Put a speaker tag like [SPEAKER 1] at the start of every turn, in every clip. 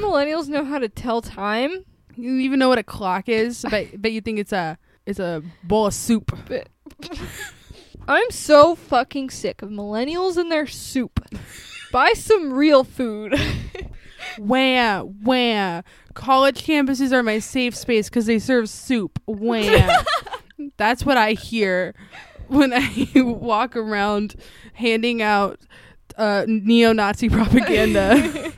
[SPEAKER 1] millennials know how to tell time?
[SPEAKER 2] You even know what a clock is, but but you think it's a it's a bowl of soup.
[SPEAKER 1] I'm so fucking sick of millennials and their soup. Buy some real food.
[SPEAKER 2] Wah wah. College campuses are my safe space because they serve soup. Wah. That's what I hear when I walk around handing out uh, neo-Nazi propaganda.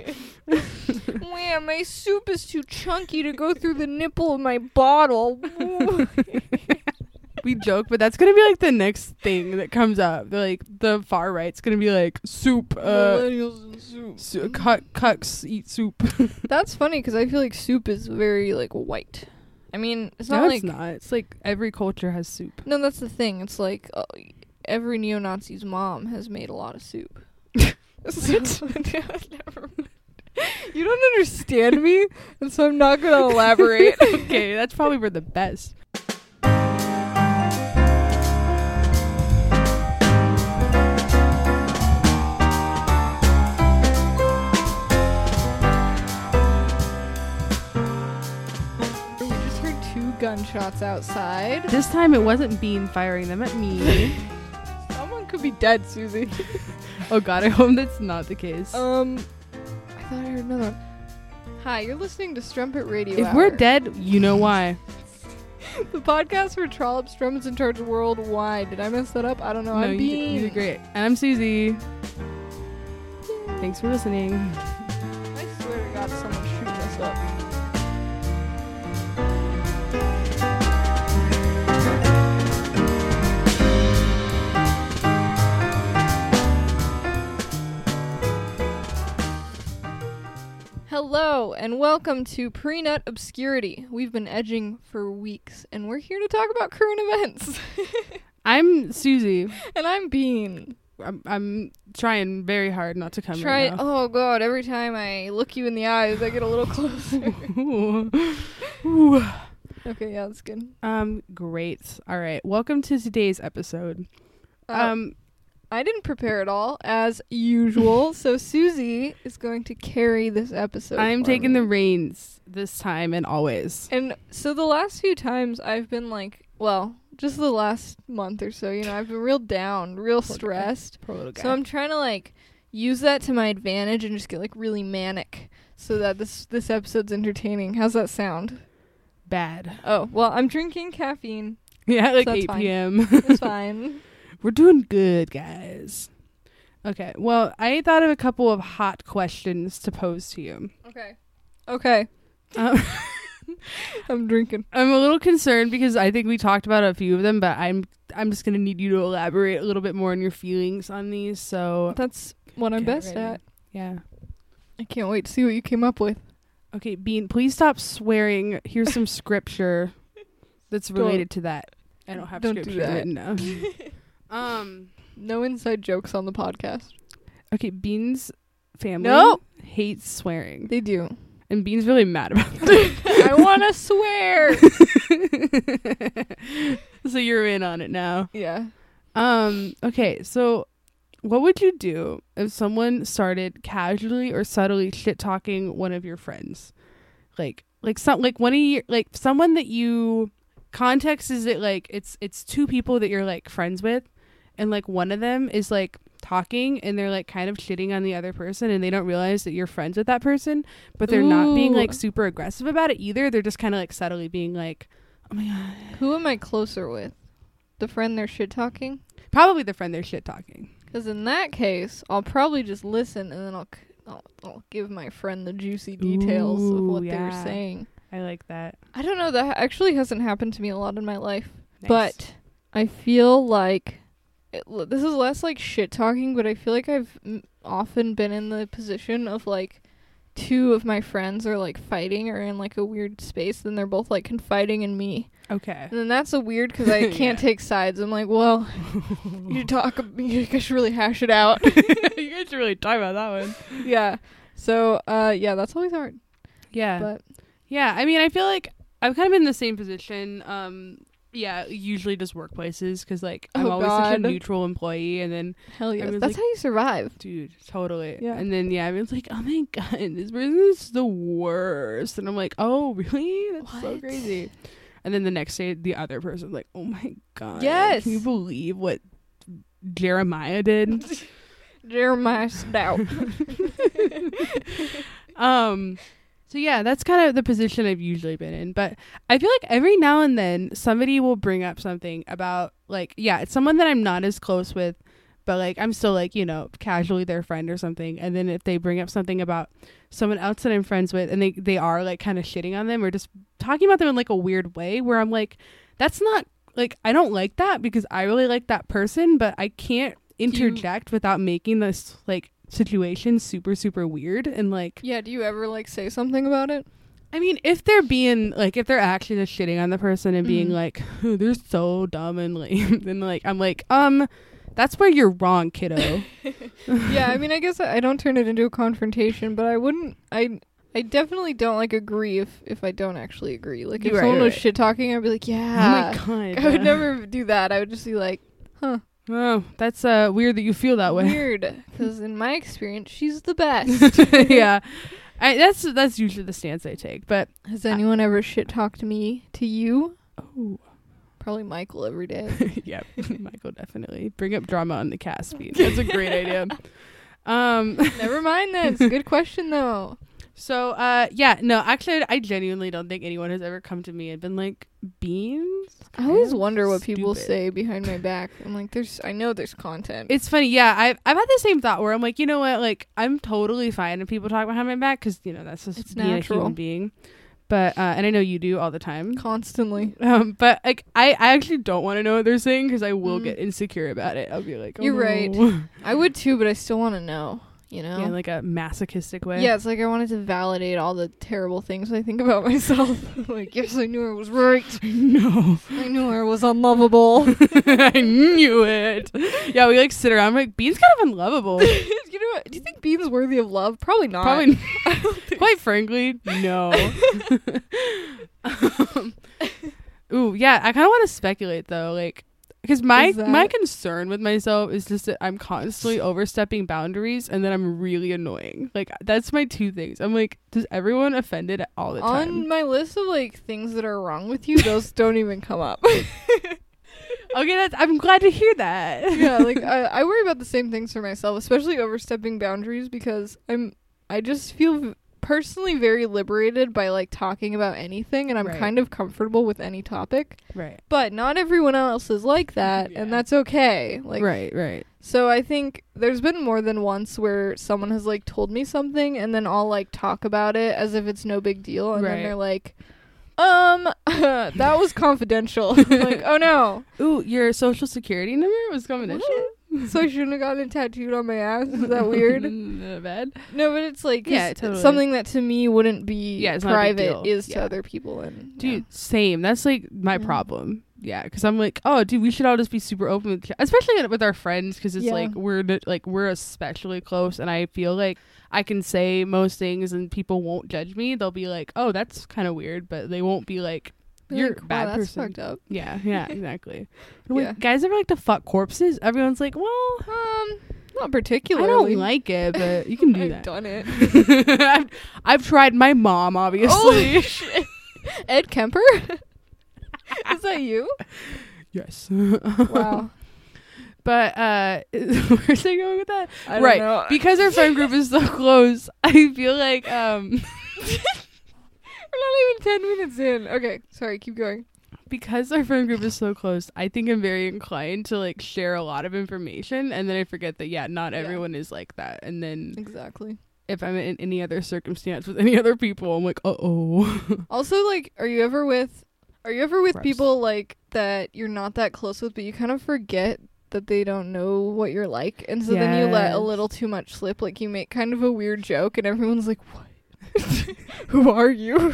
[SPEAKER 1] Man, my soup is too chunky to go through the nipple of my bottle.
[SPEAKER 2] we joke, but that's gonna be like the next thing that comes up. They're like the far right's gonna be like soup. Uh,
[SPEAKER 1] millennials and soup.
[SPEAKER 2] su- cut cucks eat soup.
[SPEAKER 1] That's funny because I feel like soup is very like white. I mean, it's
[SPEAKER 2] no,
[SPEAKER 1] not like
[SPEAKER 2] it's not. It's like every culture has soup.
[SPEAKER 1] no. That's the thing. It's like uh, every neo Nazi's mom has made a lot of soup. So- Never mind. You don't understand me, and so I'm not gonna elaborate.
[SPEAKER 2] okay, that's probably where the best.
[SPEAKER 1] we just heard two gunshots outside.
[SPEAKER 2] This time it wasn't Bean firing them at me.
[SPEAKER 1] Someone could be dead, Susie.
[SPEAKER 2] oh God, I hope that's not the case.
[SPEAKER 1] Um, I thought I heard another. one. Hi, you're listening to Strumpet Radio.
[SPEAKER 2] if we're
[SPEAKER 1] Hour.
[SPEAKER 2] dead, you know why.
[SPEAKER 1] The podcast for Trollops, Strummets, and Charge worldwide. Did I mess that up? I don't know.
[SPEAKER 2] no,
[SPEAKER 1] I'm
[SPEAKER 2] you, did- you
[SPEAKER 1] being
[SPEAKER 2] did great. And I'm Susie. Thanks for listening.
[SPEAKER 1] I swear to God, someone's shooting us up. Hello and welcome to Prenut Obscurity. We've been edging for weeks, and we're here to talk about current events.
[SPEAKER 2] I'm Susie.
[SPEAKER 1] and I'm Bean.
[SPEAKER 2] I'm, I'm trying very hard not to come
[SPEAKER 1] Try.
[SPEAKER 2] right now.
[SPEAKER 1] Oh god! Every time I look you in the eyes, I get a little closer. oh.
[SPEAKER 2] Ooh. Ooh.
[SPEAKER 1] okay, yeah, that's good.
[SPEAKER 2] Um, great. All right. Welcome to today's episode.
[SPEAKER 1] Um,
[SPEAKER 2] Um,
[SPEAKER 1] I didn't prepare at all, as usual. so Susie is going to carry this episode.
[SPEAKER 2] I'm
[SPEAKER 1] for
[SPEAKER 2] taking
[SPEAKER 1] me.
[SPEAKER 2] the reins this time and always.
[SPEAKER 1] And so the last few times I've been like, well, just the last month or so, you know, I've been real down, real
[SPEAKER 2] Poor guy.
[SPEAKER 1] stressed.
[SPEAKER 2] Poor little guy.
[SPEAKER 1] So I'm trying to like use that to my advantage and just get like really manic, so that this this episode's entertaining. How's that sound?
[SPEAKER 2] bad.
[SPEAKER 1] Oh well, I'm drinking caffeine.
[SPEAKER 2] Yeah, like
[SPEAKER 1] that's
[SPEAKER 2] 8
[SPEAKER 1] fine.
[SPEAKER 2] p.m.
[SPEAKER 1] It's fine.
[SPEAKER 2] We're doing good, guys. Okay. Well, I thought of a couple of hot questions to pose to you.
[SPEAKER 1] Okay. Okay.
[SPEAKER 2] Um,
[SPEAKER 1] I'm drinking.
[SPEAKER 2] I'm a little concerned because I think we talked about a few of them, but I'm I'm just gonna need you to elaborate a little bit more on your feelings on these. So
[SPEAKER 1] That's what I'm
[SPEAKER 2] Okay,
[SPEAKER 1] best
[SPEAKER 2] ready.
[SPEAKER 1] at.
[SPEAKER 2] yeah.
[SPEAKER 1] I can't wait to see what you came up with.
[SPEAKER 2] Okay, Bean, please stop swearing. Here's some scripture that's
[SPEAKER 1] Don't-
[SPEAKER 2] related to that. I don't have
[SPEAKER 1] don't do
[SPEAKER 2] scripture
[SPEAKER 1] that.
[SPEAKER 2] written down. um.
[SPEAKER 1] No inside jokes on the podcast.
[SPEAKER 2] Okay, Bean's family
[SPEAKER 1] No.
[SPEAKER 2] hates swearing,
[SPEAKER 1] They do.
[SPEAKER 2] and Bean's really mad about
[SPEAKER 1] I want to swear.
[SPEAKER 2] it. so you're in on it now.
[SPEAKER 1] yeah.
[SPEAKER 2] Um. Okay. So, what would you do if someone started casually or subtly shit talking one of your friends, like like some like one of your like someone that you context is it like it's it's two people that you're like friends with, and like one of them is like talking and they're like kind of shitting on the other person and they don't realize that you're friends with that person but they're not being
[SPEAKER 1] Ooh.
[SPEAKER 2] like super aggressive about it either they're just kind of like subtly being like oh my god
[SPEAKER 1] Who am I closer with? The friend they're shit talking?
[SPEAKER 2] probably the friend they're shit talking
[SPEAKER 1] Because in that case, I'll probably just listen and then I'll, c- I'll, I'll give my friend the juicy details of
[SPEAKER 2] Ooh,
[SPEAKER 1] what
[SPEAKER 2] yeah.
[SPEAKER 1] they're saying.
[SPEAKER 2] i like that
[SPEAKER 1] I don't know. That actually hasn't happened to me a lot in my life. but I feel like it, l- this is less like shit talking, but I feel like I've m- often been in the position of like two of my friends are like fighting or in like a weird space, then they're both like confiding in me,
[SPEAKER 2] okay
[SPEAKER 1] and then that's a weird because I can't
[SPEAKER 2] Yeah.
[SPEAKER 1] take sides. I'm like, well, you talk, you guys should really hash it out.
[SPEAKER 2] you guys should really talk about that one.
[SPEAKER 1] yeah. So, uh, yeah, that's always hard.
[SPEAKER 2] Yeah.
[SPEAKER 1] But
[SPEAKER 2] yeah. I mean, I feel like I've kind of been in the same position um, Yeah, usually just workplaces because like I'm
[SPEAKER 1] Oh,
[SPEAKER 2] always such a
[SPEAKER 1] God.
[SPEAKER 2] neutral employee, and then
[SPEAKER 1] Hell yeah.
[SPEAKER 2] was
[SPEAKER 1] That's
[SPEAKER 2] like-
[SPEAKER 1] how you survive.
[SPEAKER 2] dude, totally.
[SPEAKER 1] Yeah.
[SPEAKER 2] And then yeah, I was like, oh my god, this person is the worst, and I'm like, oh really? That's so
[SPEAKER 1] What?
[SPEAKER 2] crazy. And then the next day, the other person's like, oh my god,
[SPEAKER 1] Yes.
[SPEAKER 2] can you believe what Jeremiah did?
[SPEAKER 1] Jeremiah Stout.
[SPEAKER 2] um so yeah that's kind of the position i've usually been in but i feel like every now and then somebody will bring up something about like yeah it's someone that i'm not as close with but like i'm still like you know casually their friend or something and then if they bring up something about someone else that i'm friends with and they they are like kind of shitting on them or just talking about them in like a weird way where i'm like that's not like i don't like that because i really like that person but i can't interject without making this like situation super super weird and like
[SPEAKER 1] yeah, do you ever like say something about it?
[SPEAKER 2] I mean, if they're being like, if they're actually just shitting on the person and being
[SPEAKER 1] Mhm.
[SPEAKER 2] like, "Oh, they're so dumb and lame, then like, I'm like, um, that's where you're wrong, kiddo. Oh
[SPEAKER 1] yeah, I mean, I guess I I don't turn it into a confrontation, but I wouldn't. I I definitely don't like agree if if I don't actually agree. Like if
[SPEAKER 2] Right,
[SPEAKER 1] someone was
[SPEAKER 2] right.
[SPEAKER 1] shit talking, I'd be like,
[SPEAKER 2] oh
[SPEAKER 1] yeah.
[SPEAKER 2] my god,
[SPEAKER 1] I would
[SPEAKER 2] uh,
[SPEAKER 1] never do that. I would just be like, huh,
[SPEAKER 2] Oh, that's uh weird that you feel that way.
[SPEAKER 1] weird. Because in my experience, she's the best.
[SPEAKER 2] yeah, I, that's that's usually the stance I take. But
[SPEAKER 1] Has anyone ever shit talked me to you?
[SPEAKER 2] oh,
[SPEAKER 1] Probably Michael every day.
[SPEAKER 2] yep, Michael definitely bring up drama on the cast feed. That's a great idea. Um.
[SPEAKER 1] never mind this. Good question though.
[SPEAKER 2] So, uh, yeah, no, actually, I genuinely don't think anyone has ever come to me and been like, beans?
[SPEAKER 1] I always
[SPEAKER 2] Kinda
[SPEAKER 1] wonder what people
[SPEAKER 2] stupid.
[SPEAKER 1] say behind my back. I'm like, there's. I know there's content.
[SPEAKER 2] It's funny, yeah. I've, I've had the same thought where I'm like, you know what? Like, I'm totally fine if people talk behind my back because, you know, that's just
[SPEAKER 1] It's
[SPEAKER 2] being a
[SPEAKER 1] natural.
[SPEAKER 2] human being. But, uh, and I know you do all the time.
[SPEAKER 1] constantly.
[SPEAKER 2] Um, but, like, I, I actually don't want to know what they're saying because I will
[SPEAKER 1] Mm.
[SPEAKER 2] get insecure about it. I'll be like, oh,
[SPEAKER 1] You're right.
[SPEAKER 2] no.
[SPEAKER 1] I would too, but I still want to know. You know.
[SPEAKER 2] Yeah, in like a masochistic way.
[SPEAKER 1] Yeah, it's like I wanted to validate all the terrible things I think about myself. like, yes, I knew I was right.
[SPEAKER 2] No.
[SPEAKER 1] I knew I was unlovable. you
[SPEAKER 2] I knew it. Yeah, we like sit around, like, Bean's kind of unlovable.
[SPEAKER 1] know what? Do you think Bean's worthy of love? Probably not.
[SPEAKER 2] Probably. Quite frankly, no. um, ooh, yeah. I kind of want to speculate though, like, because my
[SPEAKER 1] Is that-
[SPEAKER 2] my concern with myself is just that I'm constantly overstepping boundaries, and then I'm really annoying. Like, that's my two things. I'm like, does everyone offended all the
[SPEAKER 1] On
[SPEAKER 2] time?
[SPEAKER 1] my list of like things that are wrong with you, those don't even come up.
[SPEAKER 2] okay, that's. I'm glad to hear that.
[SPEAKER 1] yeah, like I, I worry about the same things for myself, especially overstepping boundaries because I'm I just feel v- personally very liberated by like talking about anything, and I'm
[SPEAKER 2] Right.
[SPEAKER 1] kind of comfortable with any topic.
[SPEAKER 2] Right.
[SPEAKER 1] But not everyone else is like that,
[SPEAKER 2] Yeah.
[SPEAKER 1] and that's okay. Like
[SPEAKER 2] right. Right.
[SPEAKER 1] So I think there's been more than once where someone has like told me something and then I'll like talk about it as if it's no big deal and
[SPEAKER 2] Right.
[SPEAKER 1] then they're like, um, that was confidential. I'm like, oh no.
[SPEAKER 2] Ooh, your social security number was confidential.
[SPEAKER 1] So I shouldn't have gotten it tattooed on my ass. Is that weird?
[SPEAKER 2] Not bad.
[SPEAKER 1] no, but it's like 'cause
[SPEAKER 2] Yeah, totally.
[SPEAKER 1] something that to me wouldn't be
[SPEAKER 2] Yeah, it's not a big
[SPEAKER 1] private
[SPEAKER 2] deal.
[SPEAKER 1] is to
[SPEAKER 2] Yeah.
[SPEAKER 1] other people and
[SPEAKER 2] dude same that's like my
[SPEAKER 1] Yeah.
[SPEAKER 2] problem yeah because i'm like oh dude we should all just be super open with, especially with our friends because it's
[SPEAKER 1] Yeah.
[SPEAKER 2] like we're n- like we're especially close and i feel like i can say most things and people won't judge me they'll be like oh that's kind of weird but they won't be like
[SPEAKER 1] yeah.
[SPEAKER 2] you're
[SPEAKER 1] Like,
[SPEAKER 2] a
[SPEAKER 1] wow,
[SPEAKER 2] bad
[SPEAKER 1] that's
[SPEAKER 2] person
[SPEAKER 1] fucked up.
[SPEAKER 2] yeah yeah exactly I'm like,
[SPEAKER 1] Yeah.
[SPEAKER 2] guys ever like to fuck corpses everyone's like well
[SPEAKER 1] Um, not
[SPEAKER 2] i
[SPEAKER 1] particularly.
[SPEAKER 2] don't like it but you can do
[SPEAKER 1] I've
[SPEAKER 2] that
[SPEAKER 1] done it.
[SPEAKER 2] I've, I've tried my mom obviously
[SPEAKER 1] Oh, shit. Ed Kemper? Is that you?
[SPEAKER 2] yes
[SPEAKER 1] Wow.
[SPEAKER 2] But uh where's I going with that?
[SPEAKER 1] I
[SPEAKER 2] right.
[SPEAKER 1] Don't know.
[SPEAKER 2] Because our friend group is so close, I feel like um
[SPEAKER 1] We're not even 10 minutes in. Okay, sorry, keep going.
[SPEAKER 2] because our friend group is so close, I think I'm very inclined to like share a lot of information and then I forget that yeah, not
[SPEAKER 1] Yeah.
[SPEAKER 2] everyone is like that. And then
[SPEAKER 1] Exactly.
[SPEAKER 2] if I'm in any other circumstance with any other people, I'm like, uh oh.
[SPEAKER 1] Also, like, are you ever with. Are you ever with
[SPEAKER 2] Gross.
[SPEAKER 1] people like that you're not that close with, but you kind of forget that they don't know what you're like, and so then you let a
[SPEAKER 2] Yes.
[SPEAKER 1] little too much slip. Like you make kind of a weird joke, and everyone's like, "What? Who are you?"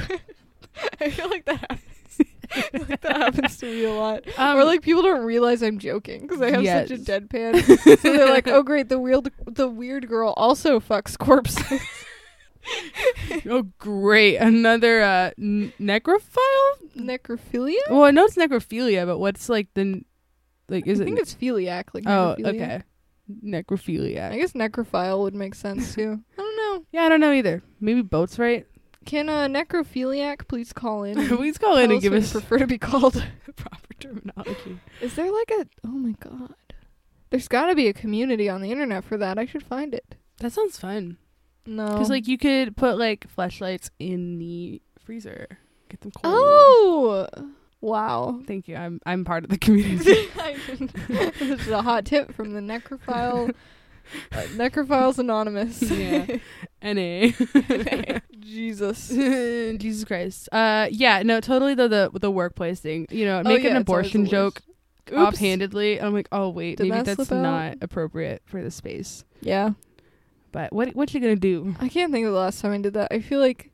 [SPEAKER 1] I feel like that happens. like that happens to me a lot.
[SPEAKER 2] Um,
[SPEAKER 1] or like people don't realize I'm joking because I have such a
[SPEAKER 2] Yes.
[SPEAKER 1] deadpan. so they're like, "Oh great, the weird the weird girl also fucks corpses."
[SPEAKER 2] oh, great. Another uh, n- necrophile?
[SPEAKER 1] Necrophilia?
[SPEAKER 2] Well, I know it's necrophilia, but what's like the. n- Like, is
[SPEAKER 1] I
[SPEAKER 2] it.
[SPEAKER 1] think it's philiac. Like
[SPEAKER 2] oh,
[SPEAKER 1] necrophilia.
[SPEAKER 2] okay. Necrophilia.
[SPEAKER 1] I guess necrophile would make sense too. I don't know.
[SPEAKER 2] Yeah, I don't know either. Maybe boats, right?
[SPEAKER 1] Can a necrophiliac please call in? and
[SPEAKER 2] Please call
[SPEAKER 1] tell
[SPEAKER 2] in and
[SPEAKER 1] us
[SPEAKER 2] give
[SPEAKER 1] what you
[SPEAKER 2] us
[SPEAKER 1] prefer to be called.
[SPEAKER 2] proper terminology.
[SPEAKER 1] Is there like a oh my god. There's gotta be a community on the internet for that. I should find it.
[SPEAKER 2] That sounds fun.
[SPEAKER 1] No.
[SPEAKER 2] Because like you could put like flashlights in the freezer, get them cold.
[SPEAKER 1] Oh wow.
[SPEAKER 2] thank you. I'm I'm part of the community.
[SPEAKER 1] I mean, this is a hot tip from the necrophile uh, necrophiles anonymous.
[SPEAKER 2] Yeah. Na.
[SPEAKER 1] Jesus.
[SPEAKER 2] Jesus Christ. Uh, yeah, no, totally. The the the workplace thing. You know, make
[SPEAKER 1] Oh, yeah,
[SPEAKER 2] an
[SPEAKER 1] it's always
[SPEAKER 2] abortion
[SPEAKER 1] the
[SPEAKER 2] joke
[SPEAKER 1] Oops.
[SPEAKER 2] offhandedly. And I'm like, oh wait,
[SPEAKER 1] Did
[SPEAKER 2] maybe
[SPEAKER 1] that
[SPEAKER 2] that's
[SPEAKER 1] slip out?
[SPEAKER 2] not appropriate for the space.
[SPEAKER 1] Yeah.
[SPEAKER 2] But what what you gonna do?
[SPEAKER 1] I can't think of the last time I did that. I feel like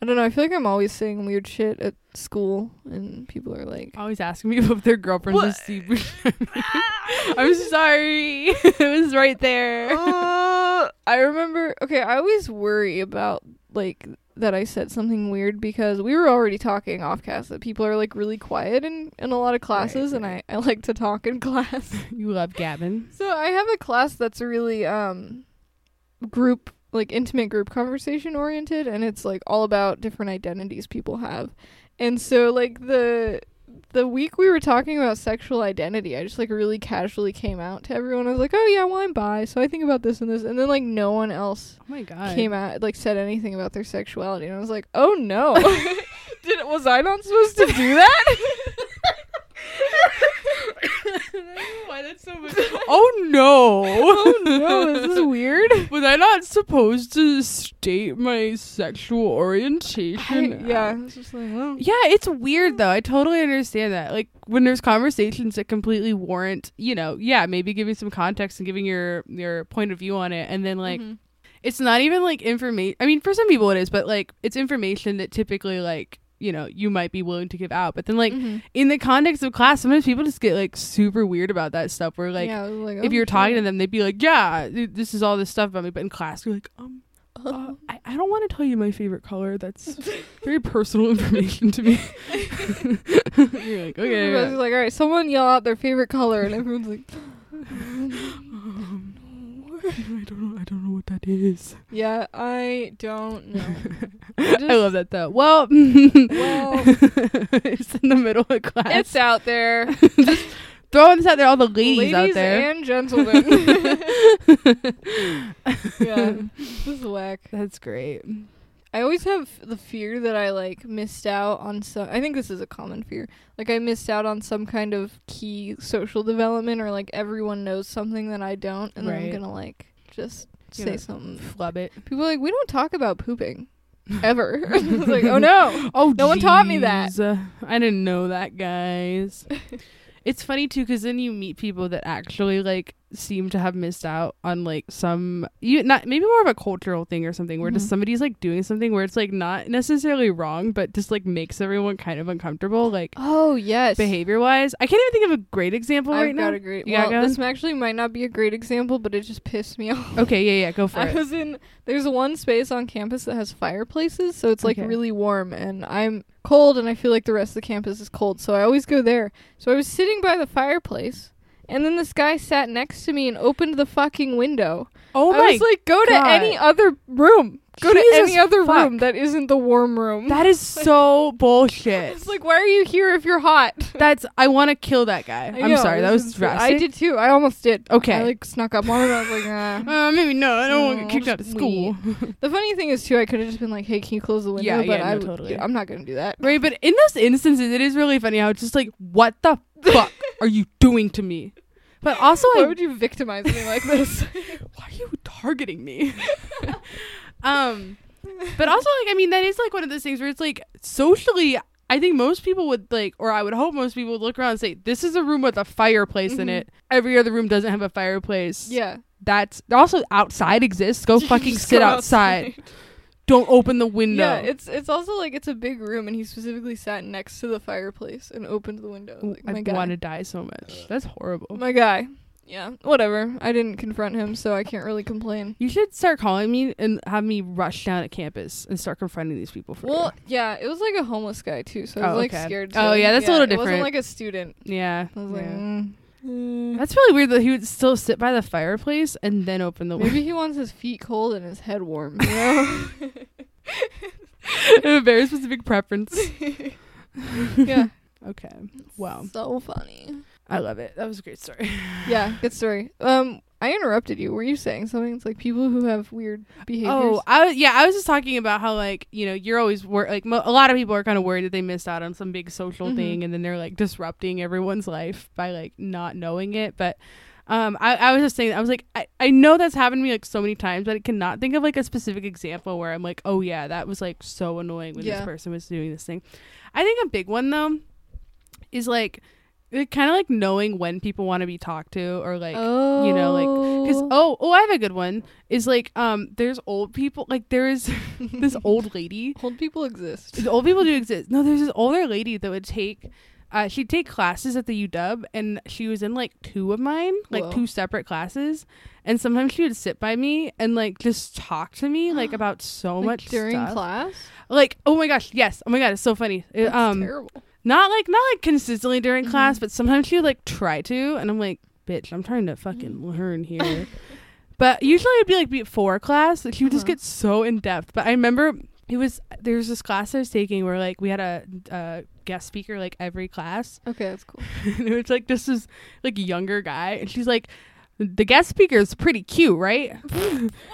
[SPEAKER 1] I don't know, I feel like I'm always saying weird shit at school and people are like
[SPEAKER 2] Always asking me if their girlfriends
[SPEAKER 1] What?
[SPEAKER 2] is super. I'm sorry. it was right there.
[SPEAKER 1] Uh, I remember. Okay, I always worry about like that I said something weird because we were already talking off cast that people are like really quiet in in a lot of classes,
[SPEAKER 2] right.
[SPEAKER 1] and I I like to talk in class.
[SPEAKER 2] You love Gavin.
[SPEAKER 1] so I have a class that's really um group like intimate group conversation oriented, and it's like all about different identities people have, and so like the. The week we were talking about sexual identity, I just like really casually came out to everyone. I was like, "Oh yeah, well I'm bi, so I think about this and this," and then like no one else
[SPEAKER 2] Oh my god.
[SPEAKER 1] came out like said anything about their sexuality and I was like, "Oh no. Did was I not supposed to do that?"
[SPEAKER 2] Why that's so much? Oh no!
[SPEAKER 1] oh no, is this weird?
[SPEAKER 2] Was I not supposed to state my sexual
[SPEAKER 1] I-
[SPEAKER 2] orientation?
[SPEAKER 1] yeah, it's just like, well,
[SPEAKER 2] Yeah, it's weird though. I totally understand that. Like when there's conversations that completely warrant, you know, yeah, maybe giving some context and giving your your point of view on it, and then like
[SPEAKER 1] Mhm.
[SPEAKER 2] it's not even like information. I mean, for some people it is, but like it's information that typically like you know you might be willing to give out. But then like
[SPEAKER 1] Mhm.
[SPEAKER 2] in the context of class, sometimes people just get like super weird about that stuff. Where like
[SPEAKER 1] Yeah, I was like,
[SPEAKER 2] if
[SPEAKER 1] "Oh,
[SPEAKER 2] you're talking to
[SPEAKER 1] shit."
[SPEAKER 2] them, they'd be like, "Yeah, th- this is all this stuff about me." But in class, you're like, "Um,
[SPEAKER 1] oh.
[SPEAKER 2] uh,
[SPEAKER 1] Uh-huh.
[SPEAKER 2] I, I don't want to tell you my favorite color. That's very personal information to me." you're like, "Okay."
[SPEAKER 1] Everybody's
[SPEAKER 2] yeah."
[SPEAKER 1] like, all right, someone yell out their favorite color, and everyone's like,
[SPEAKER 2] Um, I don't know. I don't know what that is.
[SPEAKER 1] yeah, I don't know.
[SPEAKER 2] I love that though. Well,
[SPEAKER 1] Well,
[SPEAKER 2] it's in the middle of class.
[SPEAKER 1] it's out there,
[SPEAKER 2] Throwing this out there, all the ladies,
[SPEAKER 1] ladies
[SPEAKER 2] out there.
[SPEAKER 1] and gentlemen. yeah, this is whack.
[SPEAKER 2] That's great.
[SPEAKER 1] I always have the fear that I like missed out on some. I think this is a common fear. Like I missed out on some kind of key social development, or like everyone knows something that I don't, and then I'm
[SPEAKER 2] Right.
[SPEAKER 1] gonna like just
[SPEAKER 2] You
[SPEAKER 1] say
[SPEAKER 2] know.
[SPEAKER 1] something.
[SPEAKER 2] Flub it.
[SPEAKER 1] People are like we don't talk about pooping ever. I was like oh no.
[SPEAKER 2] Oh,
[SPEAKER 1] No one taught me that.
[SPEAKER 2] jeez. Uh, I didn't know that, guys. it's funny too, because then you meet people that actually like seem to have missed out on like some you not maybe more of a cultural thing or something where
[SPEAKER 1] Mhm.
[SPEAKER 2] just somebody's like doing something where it's like not necessarily wrong, but just like makes everyone kind of uncomfortable, like
[SPEAKER 1] Oh yes.
[SPEAKER 2] behavior wise. I can't even think of a great example
[SPEAKER 1] I've
[SPEAKER 2] right
[SPEAKER 1] got
[SPEAKER 2] now.
[SPEAKER 1] a great.
[SPEAKER 2] You got
[SPEAKER 1] Well,
[SPEAKER 2] one?
[SPEAKER 1] this actually might not be a great example, but it just pissed me off.
[SPEAKER 2] okay, yeah, yeah, go for
[SPEAKER 1] I
[SPEAKER 2] it.
[SPEAKER 1] was in there's one space on campus that has fireplaces, so it's like
[SPEAKER 2] Okay.
[SPEAKER 1] really warm and I'm cold and I feel like the rest of the campus is cold, so I always go there. So I was sitting by the fireplace and then this guy sat next to me and opened the fucking window.
[SPEAKER 2] oh
[SPEAKER 1] I was like, go to
[SPEAKER 2] God.
[SPEAKER 1] any other room. Go to
[SPEAKER 2] Jesus
[SPEAKER 1] any other
[SPEAKER 2] fuck.
[SPEAKER 1] room that isn't the warm room.
[SPEAKER 2] that is so bullshit.
[SPEAKER 1] it's like, why are you here if you're hot?
[SPEAKER 2] That's I want to kill that guy.
[SPEAKER 1] I
[SPEAKER 2] I'm
[SPEAKER 1] know,
[SPEAKER 2] sorry,
[SPEAKER 1] it
[SPEAKER 2] that was
[SPEAKER 1] insane.
[SPEAKER 2] drastic.
[SPEAKER 1] I did too. I almost did.
[SPEAKER 2] Okay.
[SPEAKER 1] I like snuck up on him. I was like, ah.
[SPEAKER 2] Uh, maybe no. I don't want to
[SPEAKER 1] No,
[SPEAKER 2] get kicked out of
[SPEAKER 1] just
[SPEAKER 2] school.
[SPEAKER 1] The funny thing is too, I could have just been like, "Hey, can you close the window?"
[SPEAKER 2] Yeah,
[SPEAKER 1] but
[SPEAKER 2] yeah, no,
[SPEAKER 1] I would-
[SPEAKER 2] totally.
[SPEAKER 1] I'm not gonna do that.
[SPEAKER 2] Right, but in those instances, it is really funny how it's just like, what the fuck are you doing to me? But also, I,
[SPEAKER 1] Why would you victimize me like this?
[SPEAKER 2] why are you targeting me? um, but also, like, I mean, that is like one of those things where it's like socially, I think most people would like, or I would hope most people would look around and say, this is a room with a fireplace in
[SPEAKER 1] Mhm.
[SPEAKER 2] it. Every other room doesn't have a fireplace.
[SPEAKER 1] yeah.
[SPEAKER 2] that's also outside exists. Go fucking
[SPEAKER 1] Just
[SPEAKER 2] sit
[SPEAKER 1] go
[SPEAKER 2] outside. Don't open the window.
[SPEAKER 1] Yeah, it's it's also like it's a big room, and he specifically sat next to the fireplace and opened the window. Like,
[SPEAKER 2] I
[SPEAKER 1] oh my guy,
[SPEAKER 2] want to die so much. That's horrible.
[SPEAKER 1] my guy, Yeah, whatever. I didn't confront him, so I can't really complain.
[SPEAKER 2] You should start calling me and have me rush down at campus and start confronting these people for
[SPEAKER 1] Well, yeah, it was like a homeless guy too, so I was
[SPEAKER 2] Oh,
[SPEAKER 1] like
[SPEAKER 2] okay.
[SPEAKER 1] scared.
[SPEAKER 2] Oh,
[SPEAKER 1] so-
[SPEAKER 2] yeah, that's a little
[SPEAKER 1] It
[SPEAKER 2] different.
[SPEAKER 1] wasn't like a student.
[SPEAKER 2] you. Yeah.
[SPEAKER 1] I was like,
[SPEAKER 2] yeah.
[SPEAKER 1] mm, mm.
[SPEAKER 2] That's really weird that he would still sit by the fireplace and then open the window.
[SPEAKER 1] maybe he wants his feet cold and his head warm. You know?
[SPEAKER 2] a very specific preference.
[SPEAKER 1] yeah,
[SPEAKER 2] Okay. Wow.
[SPEAKER 1] so funny.
[SPEAKER 2] I love it. That was a great story.
[SPEAKER 1] Yeah, good story. Um, I interrupted you. Were you saying something? It's like people who have weird behaviors.
[SPEAKER 2] Oh, I yeah, I was just talking about how like you know you're always wor- like mo- a lot of people are kind of worried that they missed out on some big social
[SPEAKER 1] Mhm.
[SPEAKER 2] thing, and then they're like disrupting everyone's life by like not knowing it. But um, I, I was just saying, I was like, I, I know that's happened to me like so many times, but I cannot think of like a specific example where I'm like, oh yeah, that was like so annoying when this
[SPEAKER 1] Yeah.
[SPEAKER 2] person was doing this thing. I think a big one though is like kind of like knowing when people want to be talked to or like you know, like- because
[SPEAKER 1] Oh.
[SPEAKER 2] oh oh I have a good one is like um there's old people like there is this old lady
[SPEAKER 1] old people exist.
[SPEAKER 2] the old people do exist no there's this older lady that would take uh she'd take classes at the UW and she was in like two of mine like
[SPEAKER 1] Whoa.
[SPEAKER 2] two separate classes and sometimes she would sit by me and like just talk to me like about so
[SPEAKER 1] Like,
[SPEAKER 2] much
[SPEAKER 1] during
[SPEAKER 2] stuff.
[SPEAKER 1] class.
[SPEAKER 2] like oh my gosh yes oh my god it's so funny It,
[SPEAKER 1] That's
[SPEAKER 2] um
[SPEAKER 1] terrible.
[SPEAKER 2] not like not like consistently during
[SPEAKER 1] Mhm.
[SPEAKER 2] class, but sometimes you like try to, and I'm like, bitch, I'm trying to fucking learn here. but usually it'd be like before class, like she would just
[SPEAKER 1] Uh-huh.
[SPEAKER 2] get so in depth. But I remember it was there was this class I was taking where like we had a, uh guest speaker like every class,
[SPEAKER 1] Okay, that's cool.
[SPEAKER 2] and it was like just this like younger guy, and she's like. The guest speaker is pretty cute, right?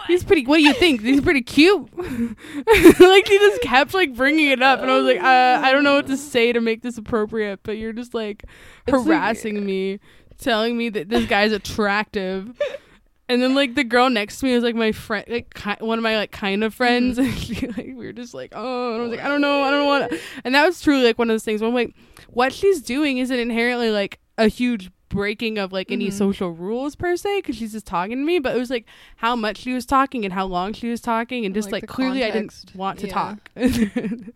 [SPEAKER 2] He's pretty. What do you think? He's pretty cute. like she just kept like bringing it up, and I was like, uh, I don't know what to say to make this appropriate, but you're just like
[SPEAKER 1] It's like-
[SPEAKER 2] harassing me, telling me that this guy's attractive. And then like the girl next to me was like my friend, like ki- one of my like kind
[SPEAKER 1] Mm-hmm.
[SPEAKER 2] of friends, and she, like we were just like, oh, and I was like, I don't know, I don't want. And that was truly like one of those things where I'm like, what she's doing isn't inherently like a huge breaking of like any
[SPEAKER 1] Mhm.
[SPEAKER 2] social rules per se, because she's just talking to me. But it was like how much she was talking and how long she was talking, and just
[SPEAKER 1] Like,
[SPEAKER 2] like,
[SPEAKER 1] the
[SPEAKER 2] clearly I
[SPEAKER 1] context.
[SPEAKER 2] didn't want to
[SPEAKER 1] Yeah.
[SPEAKER 2] talk.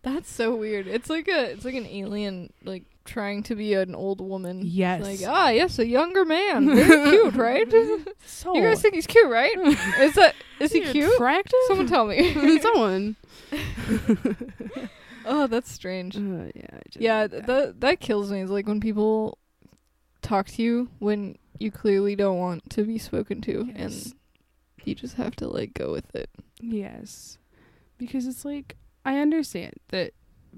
[SPEAKER 1] That's so weird. It's like a it's like an alien like trying to be an old woman. It's
[SPEAKER 2] Yes.
[SPEAKER 1] Like, ah yes, a younger man. Very cute, right? you
[SPEAKER 2] so
[SPEAKER 1] guys think he's cute, right? Is that is he
[SPEAKER 2] you're
[SPEAKER 1] cute?
[SPEAKER 2] Attractive?
[SPEAKER 1] Someone tell me.
[SPEAKER 2] Someone.
[SPEAKER 1] oh, that's strange.
[SPEAKER 2] Uh, yeah. I just-
[SPEAKER 1] Yeah, th- that that kills me. Is like when people talk to you when you clearly don't want to be spoken to
[SPEAKER 2] Yes.
[SPEAKER 1] and you just have to like go with it.
[SPEAKER 2] Yes. Because it's like I understand that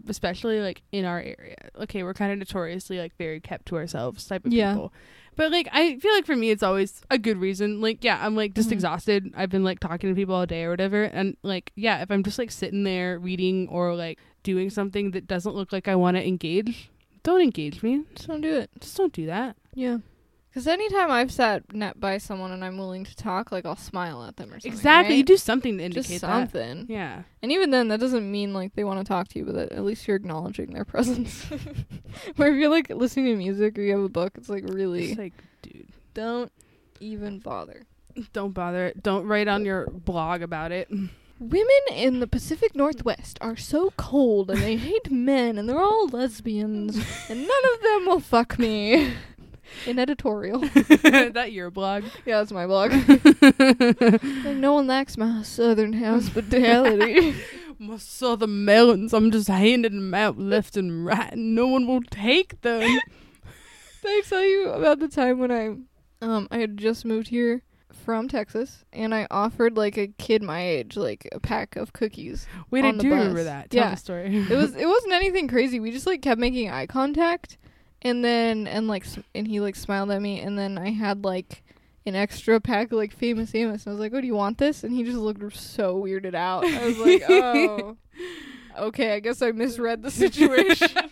[SPEAKER 2] especially like in our area. Okay, we're kind of notoriously like very kept to ourselves type of
[SPEAKER 1] Yeah.
[SPEAKER 2] people. But like I feel like for me it's always a good reason. Like yeah, I'm like just
[SPEAKER 1] Mhm.
[SPEAKER 2] exhausted. I've been like talking to people all day or whatever and like yeah, if I'm just like sitting there reading or like doing something that doesn't look like I want to engage, don't engage me.
[SPEAKER 1] Just don't do it.
[SPEAKER 2] Just don't do that.
[SPEAKER 1] Yeah. Because anytime I've sat net by someone and I'm willing to talk, like I'll smile at them or something.
[SPEAKER 2] exactly. You
[SPEAKER 1] right?
[SPEAKER 2] do something to indicate
[SPEAKER 1] just
[SPEAKER 2] that.
[SPEAKER 1] something.
[SPEAKER 2] Yeah.
[SPEAKER 1] And even then, that doesn't mean like they want to talk to you, but that, at least you're acknowledging their presence. Where if you're like listening to music or you have a book, it's like really
[SPEAKER 2] It's like dude
[SPEAKER 1] don't even bother.
[SPEAKER 2] don't bother. Don't write on your blog about it.
[SPEAKER 1] Women in the Pacific Northwest are so cold and they hate men and they're all lesbians and none of them will fuck me. An editorial.
[SPEAKER 2] that your blog.
[SPEAKER 1] Yeah, that's my blog. like no one lacks my southern hospitality.
[SPEAKER 2] My southern melons, I'm just handing them out left and right, and no one will take them.
[SPEAKER 1] Did I tell you about the time when I um I had just moved here from Texas and I offered like a kid my age like a pack of cookies.
[SPEAKER 2] Wait,
[SPEAKER 1] On
[SPEAKER 2] I
[SPEAKER 1] the
[SPEAKER 2] do remember
[SPEAKER 1] bus.
[SPEAKER 2] that. Tell
[SPEAKER 1] Yeah.
[SPEAKER 2] the story.
[SPEAKER 1] It was it wasn't anything crazy. We just like kept making eye contact and then and like s- and he like smiled at me and then I had like an extra pack of like famous Amos and I was like, "Oh, do you want this?" And he just looked so weirded out. I was like, "Oh, okay. I guess I misread the situation."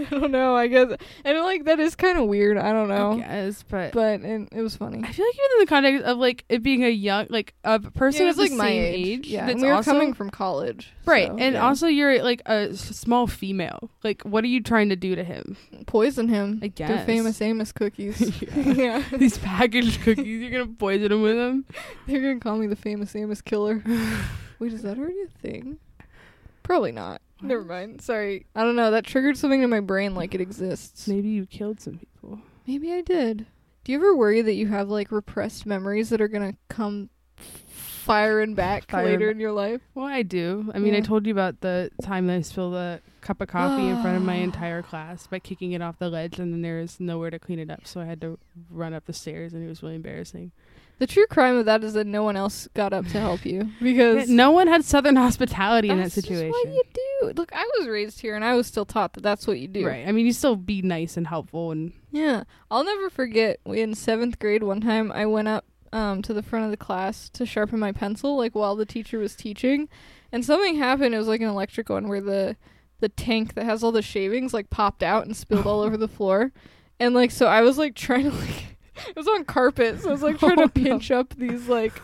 [SPEAKER 1] I don't know. I guess and like that is kind of weird. I don't know.
[SPEAKER 2] I guess, but,
[SPEAKER 1] but and it was funny.
[SPEAKER 2] I feel like even in the context of like it being a young, like a person
[SPEAKER 1] Yeah,
[SPEAKER 2] of the same age,
[SPEAKER 1] yeah.
[SPEAKER 2] that's
[SPEAKER 1] and we were
[SPEAKER 2] also-
[SPEAKER 1] coming from college,
[SPEAKER 2] right,
[SPEAKER 1] so,
[SPEAKER 2] and
[SPEAKER 1] yeah.
[SPEAKER 2] also you're like a s- small female. Like, what are you trying to do to him?
[SPEAKER 1] poison him.
[SPEAKER 2] I
[SPEAKER 1] They're
[SPEAKER 2] guess.
[SPEAKER 1] famous Amos cookies. yeah,
[SPEAKER 2] These packaged cookies, you're gonna poison him with them.
[SPEAKER 1] they're gonna call me the famous Amos killer. Wait, is that already a thing? Probably not.
[SPEAKER 2] What?
[SPEAKER 1] Never mind. Sorry. I don't know. That triggered something in my brain, like it exists.
[SPEAKER 2] Maybe you killed some people.
[SPEAKER 1] Maybe I did. Do you ever worry that you have like repressed memories that are gonna come f- firing back
[SPEAKER 2] Fire
[SPEAKER 1] later
[SPEAKER 2] back.
[SPEAKER 1] in your life?
[SPEAKER 2] Well, I do. I mean, I
[SPEAKER 1] Yeah.
[SPEAKER 2] told you about the time that I spilled a cup of coffee in front of my entire class by kicking it off the ledge, and then there was nowhere to clean it up, so I had to run up the stairs, and it was really embarrassing.
[SPEAKER 1] The true crime of that is that no one else got up to help you because
[SPEAKER 2] No one had Southern hospitality in that
[SPEAKER 1] that's just
[SPEAKER 2] situation.
[SPEAKER 1] what you do. Look, I was raised here and I was still taught that that's what you do.
[SPEAKER 2] Right. I mean, you still be nice and helpful, and
[SPEAKER 1] Yeah. I'll never forget in seventh grade one time I went up um, to the front of the class to sharpen my pencil, like while the teacher was teaching. And something happened. It was like an electric one where the the tank that has all the shavings like popped out and spilled all over the floor. And like so I was like trying to like it was on carpet, so I was like trying
[SPEAKER 2] Oh, no.
[SPEAKER 1] to pinch up these like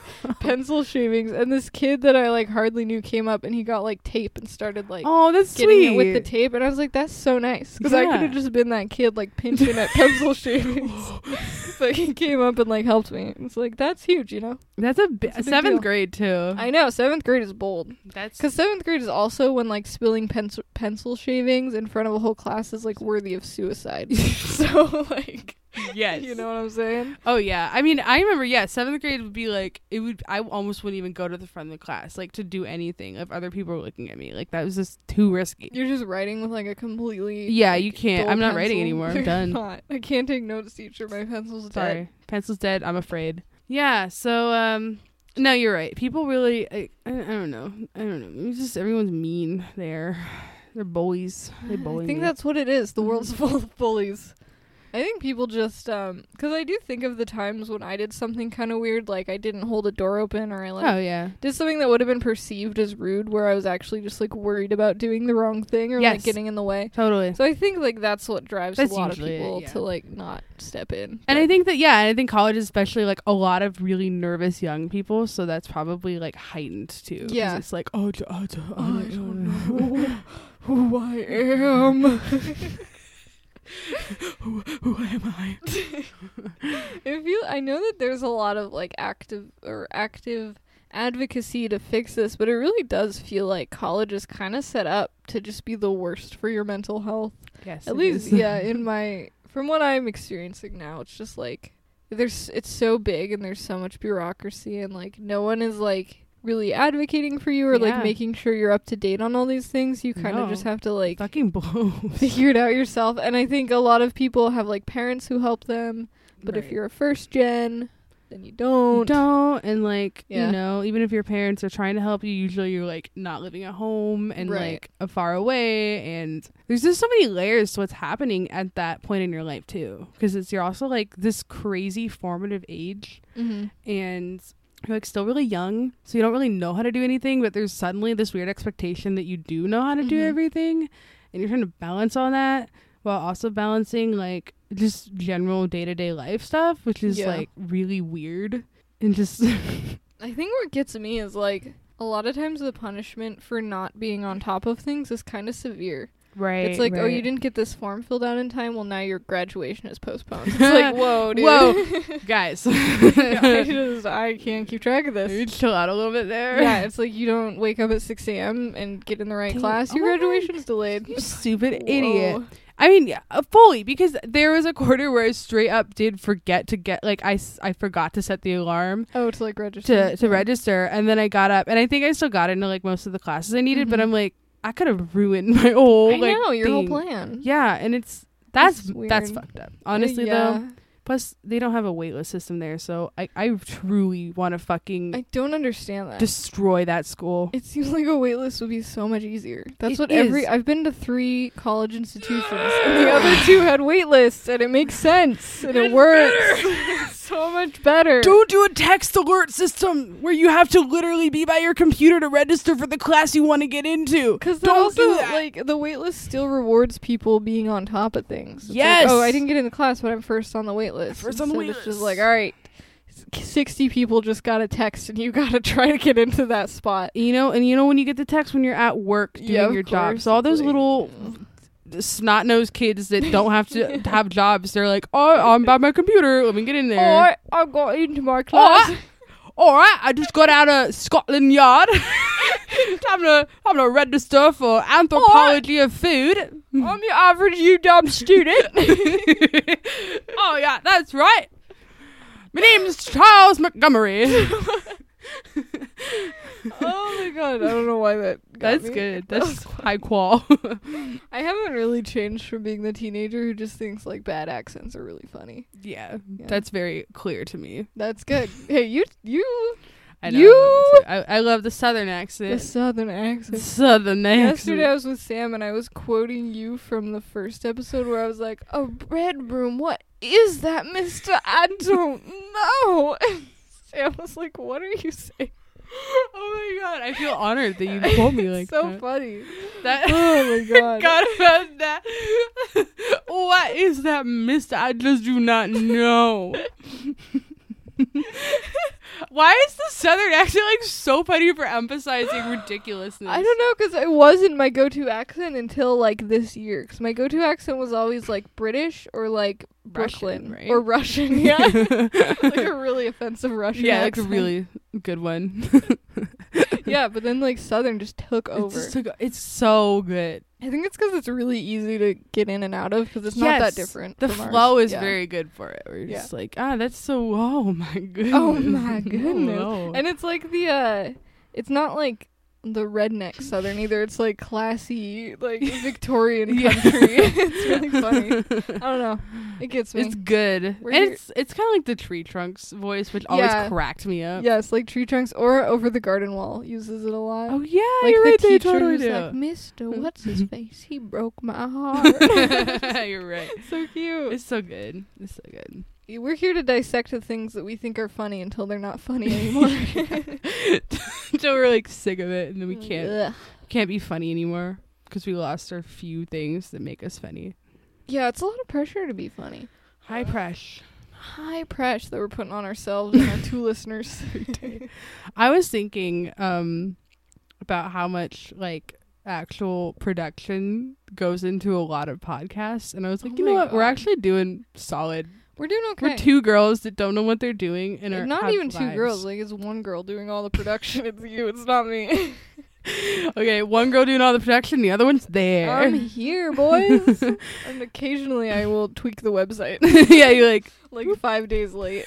[SPEAKER 1] pencil shavings and this kid that I like hardly knew came up and he got like tape and started like
[SPEAKER 2] oh, that's
[SPEAKER 1] getting
[SPEAKER 2] sweet.
[SPEAKER 1] it with the tape, and I was like, "That's so nice," because I
[SPEAKER 2] Yeah.
[SPEAKER 1] could have just been that kid like pinching at pencil shavings, but he came up and like helped me. It's like that's huge, you know.
[SPEAKER 2] that's a, bi-
[SPEAKER 1] That's a big
[SPEAKER 2] seventh
[SPEAKER 1] deal.
[SPEAKER 2] grade too.
[SPEAKER 1] I know seventh grade is bold
[SPEAKER 2] that's
[SPEAKER 1] because seventh grade is also when like spilling pencil pencil shavings in front of a whole class is like worthy of suicide. so like,
[SPEAKER 2] yes.
[SPEAKER 1] you know what I'm saying?
[SPEAKER 2] Oh yeah. I mean, I remember. Yeah, seventh grade would be like it would. I almost wouldn't even go to the front of the class like to do anything if other people were looking at me. Like that was just too risky.
[SPEAKER 1] You're just writing with like a completely
[SPEAKER 2] yeah,
[SPEAKER 1] like,
[SPEAKER 2] you can't.
[SPEAKER 1] dull
[SPEAKER 2] I'm not writing
[SPEAKER 1] pencil.
[SPEAKER 2] anymore. I'm
[SPEAKER 1] You're
[SPEAKER 2] done.
[SPEAKER 1] not. I can't take notes, teacher. My pencil's
[SPEAKER 2] Sorry,
[SPEAKER 1] dead.
[SPEAKER 2] pencil's dead. I'm afraid. Yeah. So um. No, you're right. People really, I, I, I don't know. I don't know. It's just everyone's mean there. They're bullies. They bully
[SPEAKER 1] I think
[SPEAKER 2] me.
[SPEAKER 1] that's what it is. The world's full of bullies. I think people just um 'cause I do think of the times when I did something kind of weird, like I didn't hold a door open or I like
[SPEAKER 2] oh yeah.
[SPEAKER 1] did something that would have been perceived as rude, where I was actually just like worried about doing the wrong thing or
[SPEAKER 2] Yes.
[SPEAKER 1] like getting in the way.
[SPEAKER 2] Totally.
[SPEAKER 1] So I think like that's what drives
[SPEAKER 2] That's
[SPEAKER 1] a lot of
[SPEAKER 2] usually it,
[SPEAKER 1] people
[SPEAKER 2] yeah.
[SPEAKER 1] to like not step in.
[SPEAKER 2] And
[SPEAKER 1] But-
[SPEAKER 2] I think that yeah, and I think college is especially like a lot of really nervous young people, so that's probably like heightened too. 'cause
[SPEAKER 1] Yeah.
[SPEAKER 2] it's like oh, d- oh, d- oh,
[SPEAKER 1] I
[SPEAKER 2] d-
[SPEAKER 1] don't know who I am.
[SPEAKER 2] who, who am I?
[SPEAKER 1] If you, I know that there's a lot of like active or active advocacy to fix this, but it really does feel like college is kind of set up to just be the worst for your mental health.
[SPEAKER 2] Yes,
[SPEAKER 1] At
[SPEAKER 2] it
[SPEAKER 1] least,
[SPEAKER 2] is.
[SPEAKER 1] yeah, in my from what I'm experiencing now, it's just like there's it's so big and there's so much bureaucracy and like no one is like really advocating for you or
[SPEAKER 2] Yeah.
[SPEAKER 1] like making sure you're up to date on all these things. You kind of
[SPEAKER 2] No.
[SPEAKER 1] just have to like
[SPEAKER 2] fucking blows.
[SPEAKER 1] figure it out yourself. And I think a lot of people have like parents who help them, but if
[SPEAKER 2] Right.
[SPEAKER 1] you're a first gen, then you
[SPEAKER 2] You
[SPEAKER 1] don't.
[SPEAKER 2] don't and like
[SPEAKER 1] Yeah.
[SPEAKER 2] you know, even if your parents are trying to help you, usually you're like not living at home and
[SPEAKER 1] Right.
[SPEAKER 2] like a far away, and there's just so many layers to what's happening at that point in your life too, because it's you're also like this crazy formative age
[SPEAKER 1] Mhm.
[SPEAKER 2] and you're like still really young, so you don't really know how to do anything, but there's suddenly this weird expectation that you do know how to do
[SPEAKER 1] Mhm.
[SPEAKER 2] everything and you're trying to balance all that while also balancing like just general day to day life stuff, which is
[SPEAKER 1] Yeah.
[SPEAKER 2] like really weird and just
[SPEAKER 1] I think what gets me is like a lot of times the punishment for not being on top of things is kind of severe.
[SPEAKER 2] right.
[SPEAKER 1] it's like, oh, you didn't get this form filled out in time. Well, now your graduation is postponed. It's like, whoa, dude.
[SPEAKER 2] Whoa. guys.
[SPEAKER 1] I just I can't keep track of
[SPEAKER 2] you
[SPEAKER 1] this.
[SPEAKER 2] chill out a little bit there.
[SPEAKER 1] Yeah, it's like you don't wake up at 6 a.m. and get in the right
[SPEAKER 2] Dang,
[SPEAKER 1] class.
[SPEAKER 2] oh
[SPEAKER 1] Your
[SPEAKER 2] my God.
[SPEAKER 1] graduation's delayed.
[SPEAKER 2] You stupid
[SPEAKER 1] Whoa.
[SPEAKER 2] idiot. I mean, yeah, uh, fully because there was a quarter where I straight up did forget to get like I, s- I forgot to set the alarm
[SPEAKER 1] Oh, to like register.
[SPEAKER 2] to to register, and then I got up and I think I still got into like most of the classes I needed, but
[SPEAKER 1] Mhm.
[SPEAKER 2] I'm like I could have ruined my whole
[SPEAKER 1] I
[SPEAKER 2] like
[SPEAKER 1] know your whole
[SPEAKER 2] thing.
[SPEAKER 1] plan.
[SPEAKER 2] Yeah, and it's that's
[SPEAKER 1] That's
[SPEAKER 2] that's,
[SPEAKER 1] weird.
[SPEAKER 2] fucked up. Honestly though, plus they don't have a waitlist system there, so I I truly want to fucking
[SPEAKER 1] I don't understand that.
[SPEAKER 2] destroy that school.
[SPEAKER 1] it seems like a waitlist would be so much easier. That's
[SPEAKER 2] It
[SPEAKER 1] what every
[SPEAKER 2] is.
[SPEAKER 1] I've been to three college institutions, and the other two had waitlists, and it makes sense, and it
[SPEAKER 2] It's
[SPEAKER 1] works. It's so much better.
[SPEAKER 2] Don't do a text alert system where you have to literally be by your computer to register for the class you want to get into.
[SPEAKER 1] because
[SPEAKER 2] Don't
[SPEAKER 1] also
[SPEAKER 2] do that.
[SPEAKER 1] like the waitlist still rewards people being on top of things. It's like,
[SPEAKER 2] Yes.
[SPEAKER 1] oh, I didn't get in the class, but I'm first on the waitlist.
[SPEAKER 2] First on the
[SPEAKER 1] Instead, It's just
[SPEAKER 2] waitlist.
[SPEAKER 1] like all right, sixty people just got a text, and you got to try to get into that spot.
[SPEAKER 2] You know, and you know when you get the text when you're at work doing
[SPEAKER 1] Yeah, of
[SPEAKER 2] your job.
[SPEAKER 1] course,
[SPEAKER 2] So all those
[SPEAKER 1] like-
[SPEAKER 2] little snot nosed kids that don't have to have jobs, they're like, "Oh, I'm by my computer. Let me get in there."
[SPEAKER 1] Or I got into my class.
[SPEAKER 2] All right, I just got out of Scotland Yard. Time to I'm gonna register for anthropology of food.
[SPEAKER 1] I'm your average you dumb student.
[SPEAKER 2] oh yeah, that's right. My name's Charles Montgomery.
[SPEAKER 1] oh my god, I don't know why that. got
[SPEAKER 2] That's
[SPEAKER 1] me.
[SPEAKER 2] good.
[SPEAKER 1] That was
[SPEAKER 2] That's high qual.
[SPEAKER 1] I haven't really changed from being the teenager who just thinks like bad accents are really funny.
[SPEAKER 2] yeah,
[SPEAKER 1] Yeah.
[SPEAKER 2] that's very clear to me.
[SPEAKER 1] That's good. hey, you, you,
[SPEAKER 2] I know.
[SPEAKER 1] You-
[SPEAKER 2] I, I love the southern
[SPEAKER 1] the
[SPEAKER 2] accent.
[SPEAKER 1] southern accent.
[SPEAKER 2] Southern accent.
[SPEAKER 1] Yesterday I was with Sam and I was quoting you from the first episode where I was like, "A red room, what is that, Mister? I don't know." And Sam was like, "What are you saying?"
[SPEAKER 2] oh my god, I feel honored that you quote me like
[SPEAKER 1] It's so
[SPEAKER 2] that.
[SPEAKER 1] funny.
[SPEAKER 2] that.
[SPEAKER 1] Oh my god.
[SPEAKER 2] forgot about that. what is that, Mister? I just do not know. Why is the southern accent like so funny for emphasizing ridiculousness?
[SPEAKER 1] I don't know because it wasn't my go-to accent until like this year. Because my go-to accent was always like British or like Brooklyn
[SPEAKER 2] Russian, right?
[SPEAKER 1] or Russian, yeah, like a really offensive Russian.
[SPEAKER 2] yeah, like a
[SPEAKER 1] accent.
[SPEAKER 2] really good one.
[SPEAKER 1] yeah. But then like Southern just took
[SPEAKER 2] It
[SPEAKER 1] over.
[SPEAKER 2] just took- it's so good.
[SPEAKER 1] I think it's because it's really easy to get in and out of because it's not
[SPEAKER 2] Yes,
[SPEAKER 1] that different.
[SPEAKER 2] The
[SPEAKER 1] from ours.
[SPEAKER 2] flow is
[SPEAKER 1] Yeah.
[SPEAKER 2] very good for it. We're
[SPEAKER 1] Yeah.
[SPEAKER 2] just like, ah, that's so. Oh my goodness. Oh,
[SPEAKER 1] Oh my goodness.
[SPEAKER 2] Whoa.
[SPEAKER 1] and it's like the uh, it's not like the redneck Southern either. It's like classy, like Victorian
[SPEAKER 2] Yeah.
[SPEAKER 1] country. it's really funny. I don't know. It gets me.
[SPEAKER 2] It's good.
[SPEAKER 1] We're
[SPEAKER 2] and
[SPEAKER 1] here-
[SPEAKER 2] it's it's kind of like the tree trunks voice, which always
[SPEAKER 1] Yeah.
[SPEAKER 2] cracked me up.
[SPEAKER 1] Yes, like tree trunks or over the garden wall uses it a lot.
[SPEAKER 2] Oh yeah,
[SPEAKER 1] like
[SPEAKER 2] you're
[SPEAKER 1] the
[SPEAKER 2] right. They
[SPEAKER 1] teacher
[SPEAKER 2] totally
[SPEAKER 1] who's
[SPEAKER 2] do.
[SPEAKER 1] like, Mister, what's his face? He broke my heart.
[SPEAKER 2] you're right.
[SPEAKER 1] so cute.
[SPEAKER 2] It's so good. It's so good.
[SPEAKER 1] We're here to dissect the things that we think are funny until they're not funny anymore.
[SPEAKER 2] so we're like sick of it, and
[SPEAKER 1] Oh,
[SPEAKER 2] then we can't
[SPEAKER 1] Ugh.
[SPEAKER 2] can't be funny anymore because we lost our few things that make us funny.
[SPEAKER 1] Yeah, it's a lot of pressure to be funny.
[SPEAKER 2] High pressure.
[SPEAKER 1] High pressure that we're putting on ourselves and our two listeners.
[SPEAKER 2] I was thinking um about how much like actual production goes into a lot of podcasts and I was like,
[SPEAKER 1] Oh
[SPEAKER 2] you know
[SPEAKER 1] my
[SPEAKER 2] what? We're
[SPEAKER 1] God.
[SPEAKER 2] actually doing solid.
[SPEAKER 1] We're doing okay.
[SPEAKER 2] We're two girls that don't know what they're doing and
[SPEAKER 1] And
[SPEAKER 2] are
[SPEAKER 1] not
[SPEAKER 2] have
[SPEAKER 1] even two
[SPEAKER 2] lives.
[SPEAKER 1] girls. Like it's one girl doing all the production. it's you. It's not me.
[SPEAKER 2] Okay, one girl doing all the production, the other one's there.
[SPEAKER 1] I'm here, boys. and occasionally I will tweak the website
[SPEAKER 2] yeah, you're like,
[SPEAKER 1] like five days late.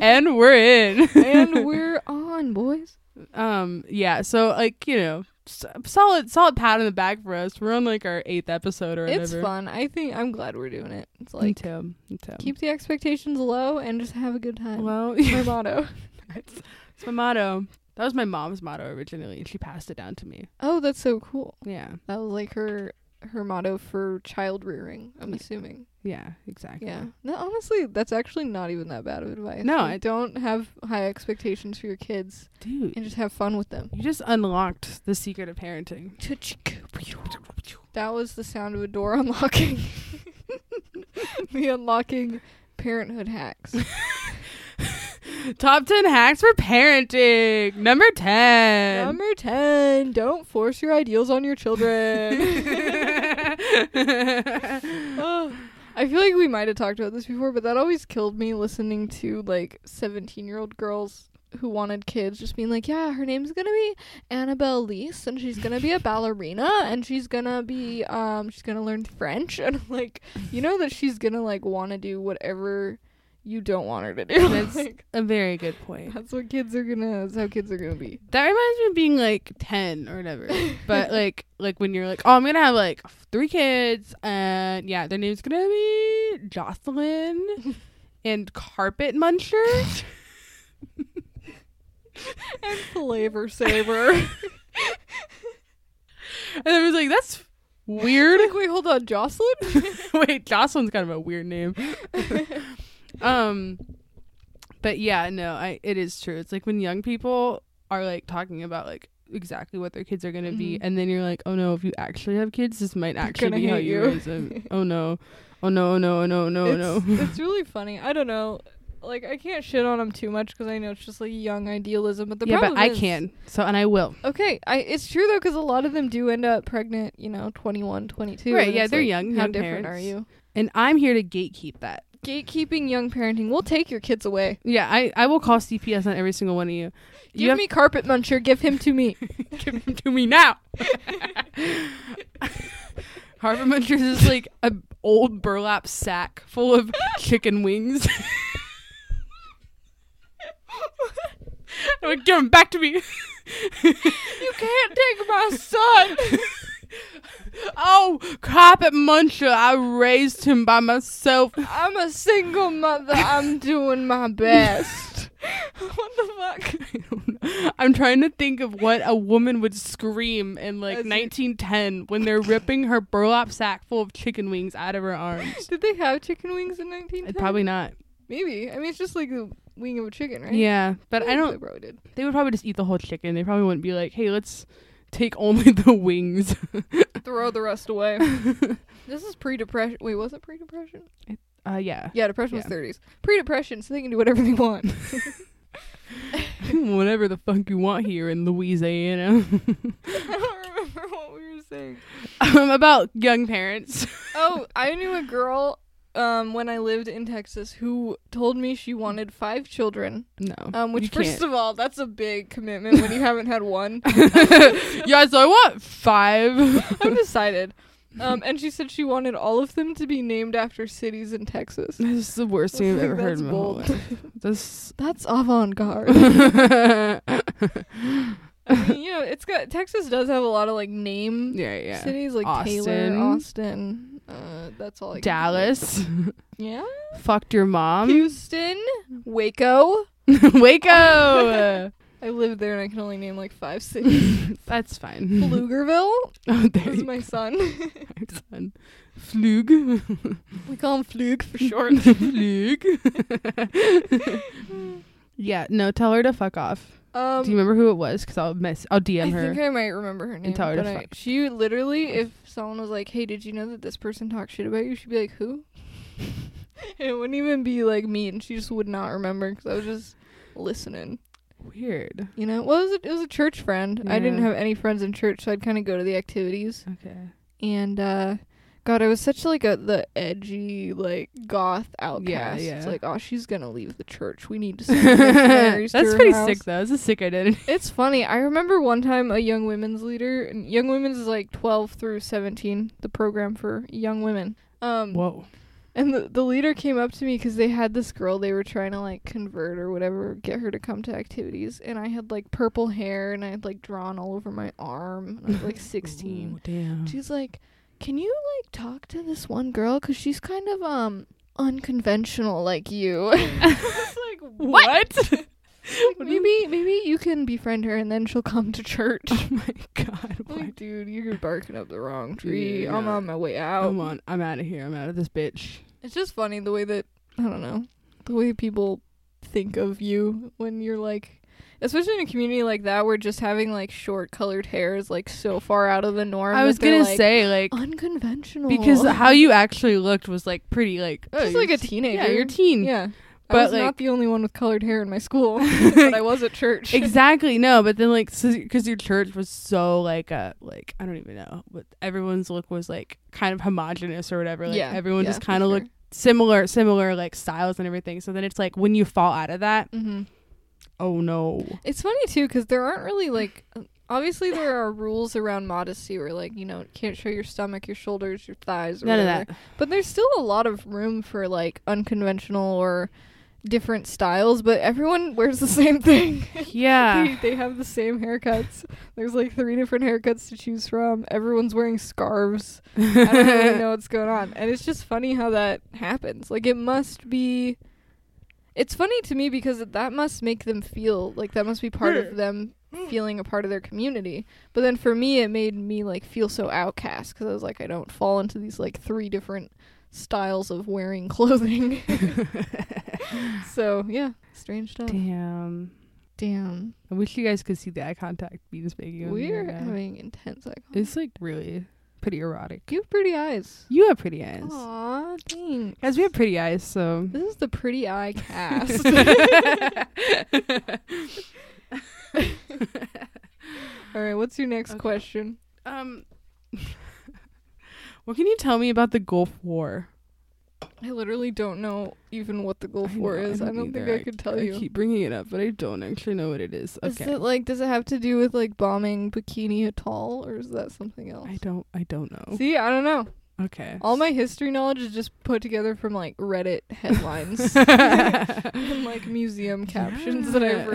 [SPEAKER 2] and we're in.
[SPEAKER 1] and we're on, boys.
[SPEAKER 2] Um, yeah. So like you know, s- solid, solid pat on the back for us. We're on like our eighth episode or whatever.
[SPEAKER 1] It's fun. I think I'm glad we're doing it. It's
[SPEAKER 2] Me
[SPEAKER 1] like
[SPEAKER 2] too. Me too.
[SPEAKER 1] keep the expectations low and just have a good time.
[SPEAKER 2] well.
[SPEAKER 1] That's my motto.
[SPEAKER 2] It's my motto. That was my mom's motto originally, and she passed it down to me.
[SPEAKER 1] Oh, that's so cool.
[SPEAKER 2] Yeah.
[SPEAKER 1] That was like her her motto for child rearing. I'm assuming.
[SPEAKER 2] Yeah, exactly.
[SPEAKER 1] Yeah. No, honestly, that's actually not even that bad of advice.
[SPEAKER 2] No,
[SPEAKER 1] Like,
[SPEAKER 2] I-
[SPEAKER 1] don't have high expectations for your kids
[SPEAKER 2] Dude,
[SPEAKER 1] and just have fun with them.
[SPEAKER 2] you just unlocked the secret of parenting.
[SPEAKER 1] That was the sound of a door unlocking. the unlocking parenthood hacks.
[SPEAKER 2] Top 10 hacks for parenting. Number 10.
[SPEAKER 1] Number 10, don't force your ideals on your children. Oh, I feel like we might have talked about this before, but that always killed me listening to like 17 year old girls who wanted kids just being like, yeah, her name's gonna be Annabelle Lease and she's gonna be a ballerina and she's gonna be, um, she's gonna learn French. And I'm like, you know that she's gonna like wanna do whatever you don't want her to do.
[SPEAKER 2] That's-
[SPEAKER 1] Like,
[SPEAKER 2] A very good point.
[SPEAKER 1] that's what kids are gonna, that's how kids are gonna be.
[SPEAKER 2] That reminds me of being like 10 or whatever. But like like when you're like, "Oh, I'm going to have like three kids and yeah, their name's going to be Jocelyn and Carpet Muncher."
[SPEAKER 1] And flavor saver.
[SPEAKER 2] And I was like, "That's weird."
[SPEAKER 1] like, wait, hold on, Jocelyn?
[SPEAKER 2] Wait, Jocelyn's kind of a weird name. um, but yeah, no, I it is true. It's like when young people are like talking about like exactly what their kids are gonna
[SPEAKER 1] Mhm.
[SPEAKER 2] be, and then you're like, oh no, if you actually have kids, this might actually
[SPEAKER 1] gonna
[SPEAKER 2] be how
[SPEAKER 1] hate
[SPEAKER 2] you
[SPEAKER 1] you."
[SPEAKER 2] raise them. oh no, oh no, oh no, oh no, oh no, oh
[SPEAKER 1] it's,
[SPEAKER 2] no.
[SPEAKER 1] it's really funny. I don't know. Like I can't shit on them too much because I know it's just like young idealism. But the
[SPEAKER 2] yeah, but
[SPEAKER 1] problem
[SPEAKER 2] I
[SPEAKER 1] is-
[SPEAKER 2] can. So and I will.
[SPEAKER 1] Okay, I it's true though because a lot of them do end up pregnant. You know, 21, 22.
[SPEAKER 2] Right,
[SPEAKER 1] and
[SPEAKER 2] yeah,
[SPEAKER 1] it's
[SPEAKER 2] they're
[SPEAKER 1] like,
[SPEAKER 2] young,
[SPEAKER 1] How
[SPEAKER 2] young
[SPEAKER 1] different are
[SPEAKER 2] parents.
[SPEAKER 1] you?
[SPEAKER 2] And I'm here to gatekeep that.
[SPEAKER 1] Gatekeeping young parenting. We'll take your kids away.
[SPEAKER 2] Yeah, I, I will call CPS on every single one of you.
[SPEAKER 1] Give
[SPEAKER 2] you have
[SPEAKER 1] me carpet muncher. Give him to me.
[SPEAKER 2] give him to me now. Harvard Munchers is like a old burlap sack full of chicken wings. I would give them back to me.
[SPEAKER 1] You can't take my son.
[SPEAKER 2] oh, carpet muncher! I raised him by myself.
[SPEAKER 1] I'm a single mother. I'm doing my best. what the fuck?
[SPEAKER 2] I'm trying to think of what a woman would scream in like
[SPEAKER 1] As you-
[SPEAKER 2] 1910 when they're ripping her burlap sack full of chicken wings out of her arms.
[SPEAKER 1] Did they have chicken wings in 1910?
[SPEAKER 2] Probably not.
[SPEAKER 1] Maybe. I mean, it's just like the wing of a chicken, right?
[SPEAKER 2] Yeah, but I
[SPEAKER 1] They
[SPEAKER 2] don't.
[SPEAKER 1] probably did.
[SPEAKER 2] They would probably just eat the whole chicken. They probably wouldn't be like, "Hey, let's take only the wings."
[SPEAKER 1] Throw the rest away. this is pre-depression. Wait, was it pre-depression?
[SPEAKER 2] Uh, yeah,
[SPEAKER 1] Yeah, depression
[SPEAKER 2] Yeah.
[SPEAKER 1] was 30s. Pre-depression, so they can do whatever they want.
[SPEAKER 2] whatever the fuck you want here in Louisiana.
[SPEAKER 1] I don't remember what we were saying.
[SPEAKER 2] um, about young parents.
[SPEAKER 1] Oh, I knew a girl um, when I lived in Texas who told me she wanted five children.
[SPEAKER 2] No,
[SPEAKER 1] Um, which
[SPEAKER 2] you
[SPEAKER 1] 1st
[SPEAKER 2] can't.
[SPEAKER 1] of all, that's a big commitment when you haven't had one.
[SPEAKER 2] yeah, so I want five.
[SPEAKER 1] I've decided. Um, and she said she wanted all of them to be named after cities in Texas.
[SPEAKER 2] This is the worst thing I've ever heard
[SPEAKER 1] That's
[SPEAKER 2] in my whole
[SPEAKER 1] bold.
[SPEAKER 2] life. This.
[SPEAKER 1] That's avant-garde.
[SPEAKER 2] yeah,
[SPEAKER 1] I mean, you know, it's got Texas does have a lot of like name
[SPEAKER 2] yeah.
[SPEAKER 1] cities like
[SPEAKER 2] Austin.
[SPEAKER 1] Taylor, Austin. Uh, that's all. I can think of.
[SPEAKER 2] Dallas. Um,
[SPEAKER 1] Yeah.
[SPEAKER 2] Fucked your mom.
[SPEAKER 1] Houston, Waco.
[SPEAKER 2] Waco.
[SPEAKER 1] I lived there and I can only name like five cities.
[SPEAKER 2] That's fine.
[SPEAKER 1] Pflugerville
[SPEAKER 2] Oh, there
[SPEAKER 1] is
[SPEAKER 2] you
[SPEAKER 1] my son.
[SPEAKER 2] go, son. Flug.
[SPEAKER 1] we call him Flug for short.
[SPEAKER 2] Flug. yeah, no, tell her to fuck off.
[SPEAKER 1] Um,
[SPEAKER 2] Do you remember who it was? Because I'll mess. I'll DM
[SPEAKER 1] I
[SPEAKER 2] her.
[SPEAKER 1] think I might remember her name.
[SPEAKER 2] tell her to
[SPEAKER 1] but I-
[SPEAKER 2] fuck.
[SPEAKER 1] she literally, if someone was like, "Hey, did you know that this person talked shit about you?" She'd be like, "Who?" it wouldn't even be like me, and she just would not remember because I was just listening.
[SPEAKER 2] Weird.
[SPEAKER 1] You know, well, it was a, it was a church friend. I didn't
[SPEAKER 2] Yeah.
[SPEAKER 1] have any friends in church, so I'd kind of go to the activities.
[SPEAKER 2] Okay.
[SPEAKER 1] And uh God, I was such like a the edgy like goth outcast.
[SPEAKER 2] yeah.
[SPEAKER 1] It's like, oh, she's gonna leave the church. We need to. send missionaries
[SPEAKER 2] That's
[SPEAKER 1] to her
[SPEAKER 2] pretty
[SPEAKER 1] house."
[SPEAKER 2] sick, though. That's a sick identity.
[SPEAKER 1] It's funny. I remember one time a young women's leader, and young women's is like 12 through 17, the program for young women. Um,
[SPEAKER 2] Whoa.
[SPEAKER 1] and the, the leader came up to me because they had this girl they were trying to like convert or whatever, get her to come to activities. And I had like purple hair and I had like drawn all over my arm. And I was like 16.
[SPEAKER 2] damn.
[SPEAKER 1] She's like, "Can you like talk to this one girl? Cause she's kind of um unconventional like you." I was like,
[SPEAKER 2] What?
[SPEAKER 1] Like, maybe maybe you can befriend her and then she'll come to church.
[SPEAKER 2] oh my god. Why?
[SPEAKER 1] like, dude, you're barking up the wrong tree. I'm
[SPEAKER 2] Yeah. Oh
[SPEAKER 1] on my way out.
[SPEAKER 2] Come on. I'm out of here. I'm out of this bitch.
[SPEAKER 1] It's just funny the way that I don't know the way people think of you when you're like, especially in a community like that where just having like short colored hair is like so far out of the norm.
[SPEAKER 2] I was
[SPEAKER 1] that they're,
[SPEAKER 2] gonna
[SPEAKER 1] like, "Oh."
[SPEAKER 2] say like
[SPEAKER 1] unconventional
[SPEAKER 2] because how you actually looked was like pretty like oh,
[SPEAKER 1] Just
[SPEAKER 2] you're
[SPEAKER 1] like a
[SPEAKER 2] s-
[SPEAKER 1] teenager.
[SPEAKER 2] Yeah, you're teen.
[SPEAKER 1] Yeah. I
[SPEAKER 2] But,
[SPEAKER 1] was
[SPEAKER 2] like-
[SPEAKER 1] not the only one with colored hair in my school, but I was at church.
[SPEAKER 2] Exactly. No, but then like because your church was so like uh like I don't even know, but everyone's look was like kind of homogenous or whatever. Like
[SPEAKER 1] yeah.
[SPEAKER 2] everyone just kind of looked similar, similar like styles and everything. So then it's like when you fall out of that,
[SPEAKER 1] hmm
[SPEAKER 2] oh no.
[SPEAKER 1] It's funny too because there aren't really like obviously there are rules around modesty where like you know can't show your stomach, your shoulders, your thighs, or
[SPEAKER 2] None of
[SPEAKER 1] whatever.
[SPEAKER 2] that.
[SPEAKER 1] But there's still a lot of room for like unconventional or different styles. But everyone wears the same thing.
[SPEAKER 2] Yeah.
[SPEAKER 1] they, they have the same haircuts. There's like three different haircuts to choose from. Everyone's wearing scarves. I don't really know what's going on. And it's just funny how that happens. Like it must be it's funny to me because that must make them feel like that must be part
[SPEAKER 2] Hmm.
[SPEAKER 1] of them feeling a part of their community. But then for me it made me like feel so outcast cuz I was like I don't fall into these like three different styles of wearing clothing. so, yeah, strange stuff.
[SPEAKER 2] Damn.
[SPEAKER 1] Damn.
[SPEAKER 2] I wish you guys could see the eye contact Bean's making. with me
[SPEAKER 1] We're
[SPEAKER 2] right now.
[SPEAKER 1] having intense eye contact.
[SPEAKER 2] It's like really pretty erotic.
[SPEAKER 1] You have pretty eyes.
[SPEAKER 2] You have pretty eyes.
[SPEAKER 1] Aw, thanks.
[SPEAKER 2] Guys, we have pretty eyes, so.
[SPEAKER 1] This is the pretty eye cast. All right, what's your next
[SPEAKER 2] Okay.
[SPEAKER 1] question?
[SPEAKER 2] um, what can you tell me about the Gulf War?
[SPEAKER 1] I literally don't know even what the Gulf
[SPEAKER 2] I
[SPEAKER 1] War
[SPEAKER 2] know, I
[SPEAKER 1] is. I
[SPEAKER 2] don't
[SPEAKER 1] don't, think
[SPEAKER 2] either.
[SPEAKER 1] I could tell
[SPEAKER 2] I
[SPEAKER 1] you.
[SPEAKER 2] keep bringing it up, but I don't actually know what it is.
[SPEAKER 1] Is
[SPEAKER 2] Okay,
[SPEAKER 1] it like does it have to do with like bombing Bikini Atoll or is that something else?
[SPEAKER 2] I don't. I don't know.
[SPEAKER 1] See, I don't know.
[SPEAKER 2] Okay.
[SPEAKER 1] All my history knowledge is just put together from like Reddit headlines and like museum captions that I've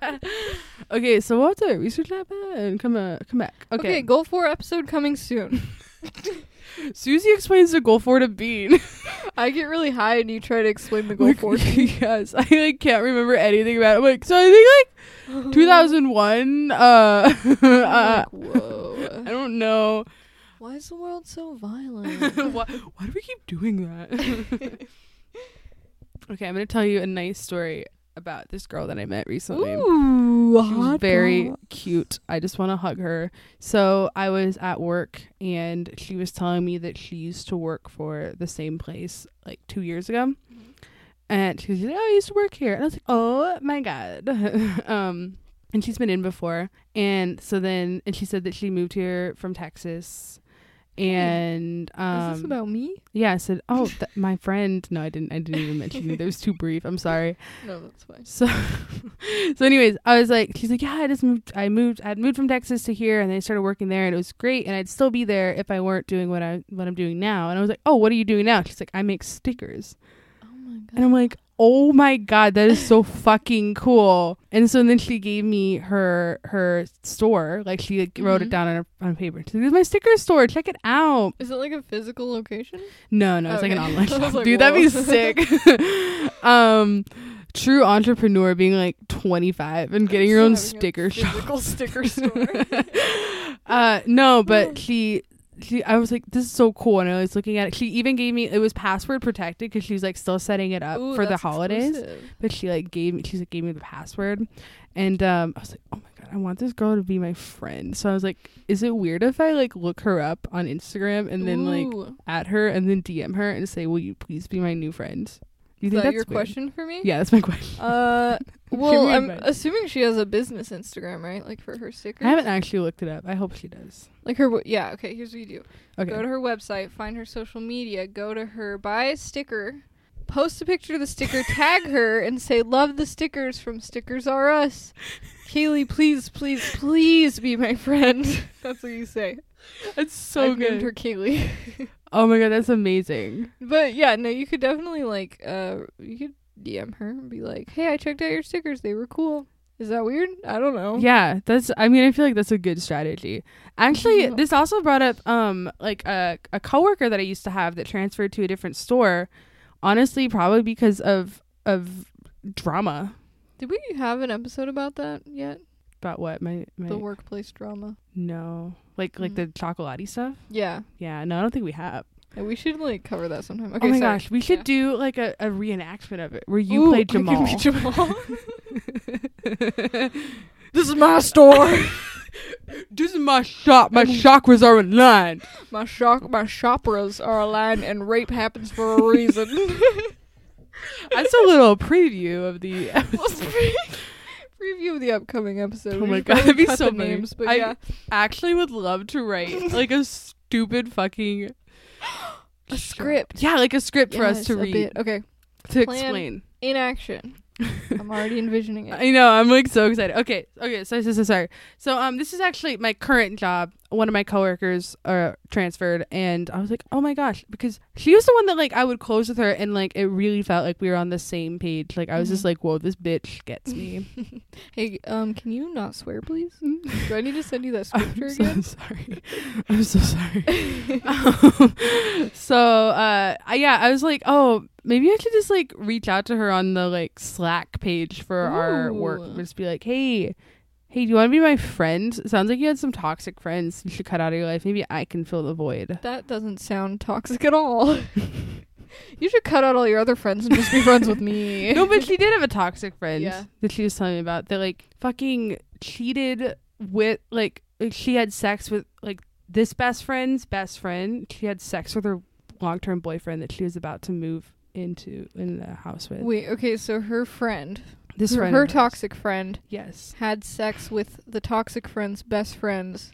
[SPEAKER 1] read.
[SPEAKER 2] okay, so we'll have to research that bit and come uh, come back.
[SPEAKER 1] Okay,
[SPEAKER 2] Okay.
[SPEAKER 1] Goal 4 episode coming soon.
[SPEAKER 2] Susie explains the goal for to bean.
[SPEAKER 1] I get really high and you try to explain the Goal 4 to me.
[SPEAKER 2] yes. I like can't remember anything about it. I'm like, so I think
[SPEAKER 1] Mm.
[SPEAKER 2] like two
[SPEAKER 1] Oh.
[SPEAKER 2] thousand one, uh, uh
[SPEAKER 1] I'm like, whoa.
[SPEAKER 2] I don't know.
[SPEAKER 1] Why is the world so
[SPEAKER 2] why,
[SPEAKER 1] violent?
[SPEAKER 2] why do we keep doing that? okay, I'm gonna tell you a nice story about this girl that I met recently.
[SPEAKER 1] Ooh,
[SPEAKER 2] She was very cute. I just want to hug her. So I was at work and she was telling me that she used to work for the same place like two years ago.
[SPEAKER 1] Mm-hmm.
[SPEAKER 2] And she was like, Oh, I used to work here. And I was like, Oh my God. um, and she's been in before. And so then, and she said that she moved here from Texas. And um,
[SPEAKER 1] is this about me?
[SPEAKER 2] yeah, I said, "Oh, th- my friend." No, I didn't. I didn't even mention it. It was too brief. I'm sorry.
[SPEAKER 1] No, that's fine.
[SPEAKER 2] So, so anyways, I was like, she's like, yeah, I just moved. I moved. I'd moved from Texas to here, and then I started working there, and it was great. And I'd still be there if I weren't doing what I what I'm doing now. And I was like, oh, what are you doing now? She's like, I make stickers,
[SPEAKER 1] Oh my god.
[SPEAKER 2] and I'm like, oh my god, that is so fucking cool. And so then she gave me her her store, like she like, wrote it
[SPEAKER 1] Mhm.
[SPEAKER 2] down on her, on paper. She's like, this is my sticker store. Check it out.
[SPEAKER 1] is it like a physical location?
[SPEAKER 2] No, no, it's like an
[SPEAKER 1] Okay.
[SPEAKER 2] online
[SPEAKER 1] I was
[SPEAKER 2] shop.
[SPEAKER 1] like,
[SPEAKER 2] Dude, that'd be
[SPEAKER 1] whoa.
[SPEAKER 2] sick. um true entrepreneur being like 25 and getting your
[SPEAKER 1] Having
[SPEAKER 2] own
[SPEAKER 1] a
[SPEAKER 2] sticker shop.
[SPEAKER 1] Physical sticker store.
[SPEAKER 2] Uh no,
[SPEAKER 1] Oh.
[SPEAKER 2] but she she I was like this is so cool and I was looking at it. She even gave me it was password protected cuz she's like still setting it up
[SPEAKER 1] Ooh,
[SPEAKER 2] Uh, for the
[SPEAKER 1] that's
[SPEAKER 2] holidays.
[SPEAKER 1] exclusive.
[SPEAKER 2] But she like gave me she's like gave me the password and um I was like, "Oh my god, I want this girl to be my friend." So I was like, "Is it weird if I like look her up on Instagram and then like
[SPEAKER 1] Ooh.
[SPEAKER 2] at her and then DM her and say, "Will you please be my new friend?" Do you
[SPEAKER 1] Is
[SPEAKER 2] think
[SPEAKER 1] that
[SPEAKER 2] that's
[SPEAKER 1] your
[SPEAKER 2] weird?
[SPEAKER 1] question for me?
[SPEAKER 2] Yeah, that's my question.
[SPEAKER 1] Uh,
[SPEAKER 2] Give
[SPEAKER 1] well,
[SPEAKER 2] me
[SPEAKER 1] I'm
[SPEAKER 2] advice.
[SPEAKER 1] assuming she has a business Instagram, right? Like for her stickers.
[SPEAKER 2] I haven't actually looked it up. I hope she does.
[SPEAKER 1] Like her, w- yeah. Okay, here's what you do:
[SPEAKER 2] Okay.
[SPEAKER 1] go to her website, find her social media, go to her, buy a sticker, post a picture of the sticker, tag her, and say, "Love the stickers from Stickers R Us." Kaylee, please, please, please be my friend. That's what you say.
[SPEAKER 2] It's so
[SPEAKER 1] I've
[SPEAKER 2] good.
[SPEAKER 1] Named her Kaylee.
[SPEAKER 2] oh my god, that's amazing.
[SPEAKER 1] But yeah, no, you could definitely like uh you could DM her and be like, "Hey, I checked out your stickers. They were cool." Is that weird? I don't know.
[SPEAKER 2] Yeah, that's I mean, I feel like that's a good strategy. Actually,
[SPEAKER 1] Mhm.
[SPEAKER 2] this also brought up um like a a coworker that I used to have that transferred to a different store. Honestly, probably because of of drama.
[SPEAKER 1] Did we have an episode about that yet?
[SPEAKER 2] About what? My my
[SPEAKER 1] The workplace drama.
[SPEAKER 2] no. Like like
[SPEAKER 1] Mm.
[SPEAKER 2] the chocolatey stuff?
[SPEAKER 1] Yeah.
[SPEAKER 2] Yeah, no, I don't think we have.
[SPEAKER 1] And we should like cover that sometime. Okay,
[SPEAKER 2] oh my
[SPEAKER 1] sorry.
[SPEAKER 2] gosh, we should
[SPEAKER 1] Yeah.
[SPEAKER 2] do like a, a reenactment of it where you
[SPEAKER 1] Ooh,
[SPEAKER 2] play
[SPEAKER 1] I can
[SPEAKER 2] Jamal.
[SPEAKER 1] be Jamal.
[SPEAKER 2] this is my store. this is my shop. My chakras are in line.
[SPEAKER 1] my shock my chakras are aligned and rape happens for a reason.
[SPEAKER 2] That's a little preview of the.
[SPEAKER 1] Let's
[SPEAKER 2] episode.
[SPEAKER 1] pre- preview of the upcoming episode.
[SPEAKER 2] Oh
[SPEAKER 1] We
[SPEAKER 2] my
[SPEAKER 1] should
[SPEAKER 2] God,
[SPEAKER 1] probably
[SPEAKER 2] that'd be
[SPEAKER 1] cut
[SPEAKER 2] so
[SPEAKER 1] the
[SPEAKER 2] funny.
[SPEAKER 1] names, but
[SPEAKER 2] I-
[SPEAKER 1] yeah.
[SPEAKER 2] Actually, would love to write like a stupid fucking
[SPEAKER 1] A script.
[SPEAKER 2] Yeah, like a script for us
[SPEAKER 1] Yes,
[SPEAKER 2] to
[SPEAKER 1] a
[SPEAKER 2] read
[SPEAKER 1] bit. Okay.
[SPEAKER 2] to
[SPEAKER 1] Plan.
[SPEAKER 2] explain.
[SPEAKER 1] In action. I'm already envisioning it.
[SPEAKER 2] I know. I'm like so excited. Okay. Okay. So, so, so sorry. So, um, this is actually my current job. One of my coworkers uh, transferred, and I was like, oh my gosh, because she was the one that like I would close with her, and like it really felt like we were on the same page. Like I was
[SPEAKER 1] Mhm.
[SPEAKER 2] just like, whoa, this bitch gets me.
[SPEAKER 1] hey, um, can you not swear, please? Do I need to send you that scripture again?
[SPEAKER 2] I'm so sorry. I'm so sorry. Um, so, uh, I, yeah, I was like, oh, maybe I should just like reach out to her on the like Slack page for our work.
[SPEAKER 1] Ooh.
[SPEAKER 2] Just be like, hey, hey, do you want to be my friend? Sounds like you had some toxic friends you should cut out of your life. Maybe I can fill the void.
[SPEAKER 1] That doesn't sound toxic at all. you should cut out all your other friends and just be friends with me.
[SPEAKER 2] no, but she did have a toxic friend
[SPEAKER 1] Yeah.
[SPEAKER 2] that she was telling me about that like fucking cheated with like she had sex with like this best friend's best friend. She had sex with her long term boyfriend that she was about to move into in the house with.
[SPEAKER 1] Wait, okay, so her friend,
[SPEAKER 2] this
[SPEAKER 1] her,
[SPEAKER 2] friend
[SPEAKER 1] her
[SPEAKER 2] of hers.
[SPEAKER 1] toxic friend,
[SPEAKER 2] Yes.
[SPEAKER 1] had sex with the toxic friend's best friend's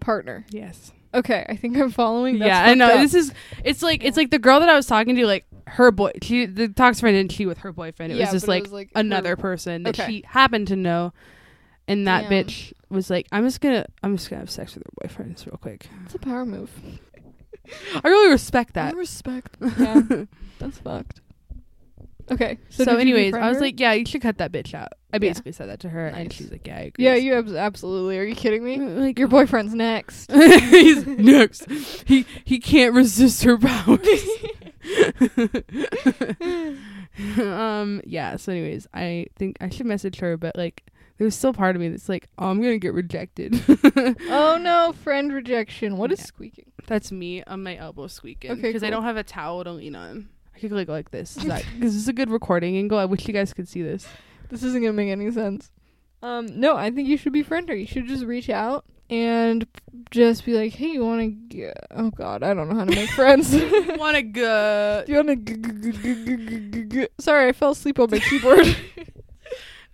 [SPEAKER 1] partner.
[SPEAKER 2] Yes.
[SPEAKER 1] Okay, I think I'm following. That's
[SPEAKER 2] yeah, I know.
[SPEAKER 1] fucked up.
[SPEAKER 2] This is it's like it's like the girl that I was talking to, like her boy she the toxic friend didn't cheat with her boyfriend. It
[SPEAKER 1] Yeah,
[SPEAKER 2] was just
[SPEAKER 1] but
[SPEAKER 2] like,
[SPEAKER 1] was, like her-
[SPEAKER 2] another person that
[SPEAKER 1] Mm. Okay.
[SPEAKER 2] she happened to know. And that
[SPEAKER 1] Damn.
[SPEAKER 2] bitch was like, I'm just gonna I'm just gonna have sex with her boyfriends real quick.
[SPEAKER 1] It's a power move.
[SPEAKER 2] I really respect
[SPEAKER 1] I
[SPEAKER 2] that.
[SPEAKER 1] respect. Yeah, that's fucked. Okay.
[SPEAKER 2] So,
[SPEAKER 1] did you
[SPEAKER 2] anyways,
[SPEAKER 1] befriend
[SPEAKER 2] I was
[SPEAKER 1] her?
[SPEAKER 2] like, yeah, you should cut that bitch out. I
[SPEAKER 1] Yeah.
[SPEAKER 2] basically said that to her, and
[SPEAKER 1] Nice.
[SPEAKER 2] she's like, yeah, I agree.
[SPEAKER 1] yeah, you abs- absolutely. Are you kidding me?
[SPEAKER 2] Uh, like
[SPEAKER 1] Your boyfriend's next.
[SPEAKER 2] He's next. He he can't resist her powers. um. Yeah. So, anyways, I think I should message her, but like, there's still part of me that's like, oh, I'm gonna get rejected.
[SPEAKER 1] oh no, friend rejection. What is
[SPEAKER 2] Yeah.
[SPEAKER 1] squeaking?
[SPEAKER 2] That's me on my elbow squeaking
[SPEAKER 1] Okay,
[SPEAKER 2] because I
[SPEAKER 1] cool.
[SPEAKER 2] don't have a towel to lean on. I could like go like this. Is that- 'cause this is a good recording angle. I wish you guys could see this.
[SPEAKER 1] This isn't gonna make any sense. Um, no, I think you should befriend her. You should just reach out and just be like, "Hey, you want to? G- oh God, I don't know how to make friends. Do
[SPEAKER 2] Wanna go?
[SPEAKER 1] you want to? G- g- g- g- g- g- g-" Sorry, I fell asleep on my keyboard.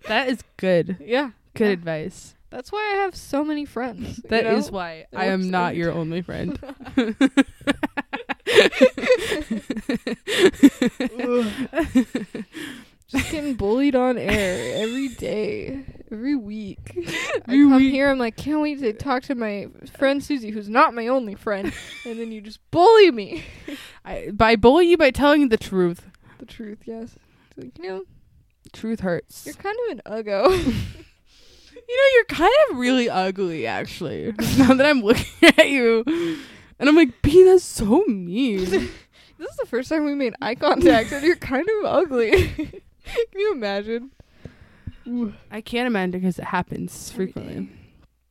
[SPEAKER 2] That is good.
[SPEAKER 1] yeah,
[SPEAKER 2] Good
[SPEAKER 1] Yeah.
[SPEAKER 2] advice.
[SPEAKER 1] that's why I have so many friends.
[SPEAKER 2] That is
[SPEAKER 1] you know?
[SPEAKER 2] why
[SPEAKER 1] That
[SPEAKER 2] I
[SPEAKER 1] works
[SPEAKER 2] am not
[SPEAKER 1] every
[SPEAKER 2] your only friend.
[SPEAKER 1] just getting bullied on air every day, every week.
[SPEAKER 2] Every
[SPEAKER 1] I come
[SPEAKER 2] week.
[SPEAKER 1] here, I'm like, can't wait to talk to my friend Susie, who's not my only friend, and then you just bully me.
[SPEAKER 2] I, by bully you by telling you the truth.
[SPEAKER 1] The truth, yes. It's like, you know,
[SPEAKER 2] Truth hurts.
[SPEAKER 1] you're kind of an uggo.
[SPEAKER 2] You know, you're kind of really ugly, actually. now that I'm looking at you. And I'm like, B, that's so mean.
[SPEAKER 1] this is the first time we made eye contact, and you're kind of ugly. Can you imagine?
[SPEAKER 2] I can't imagine because it happens frequently.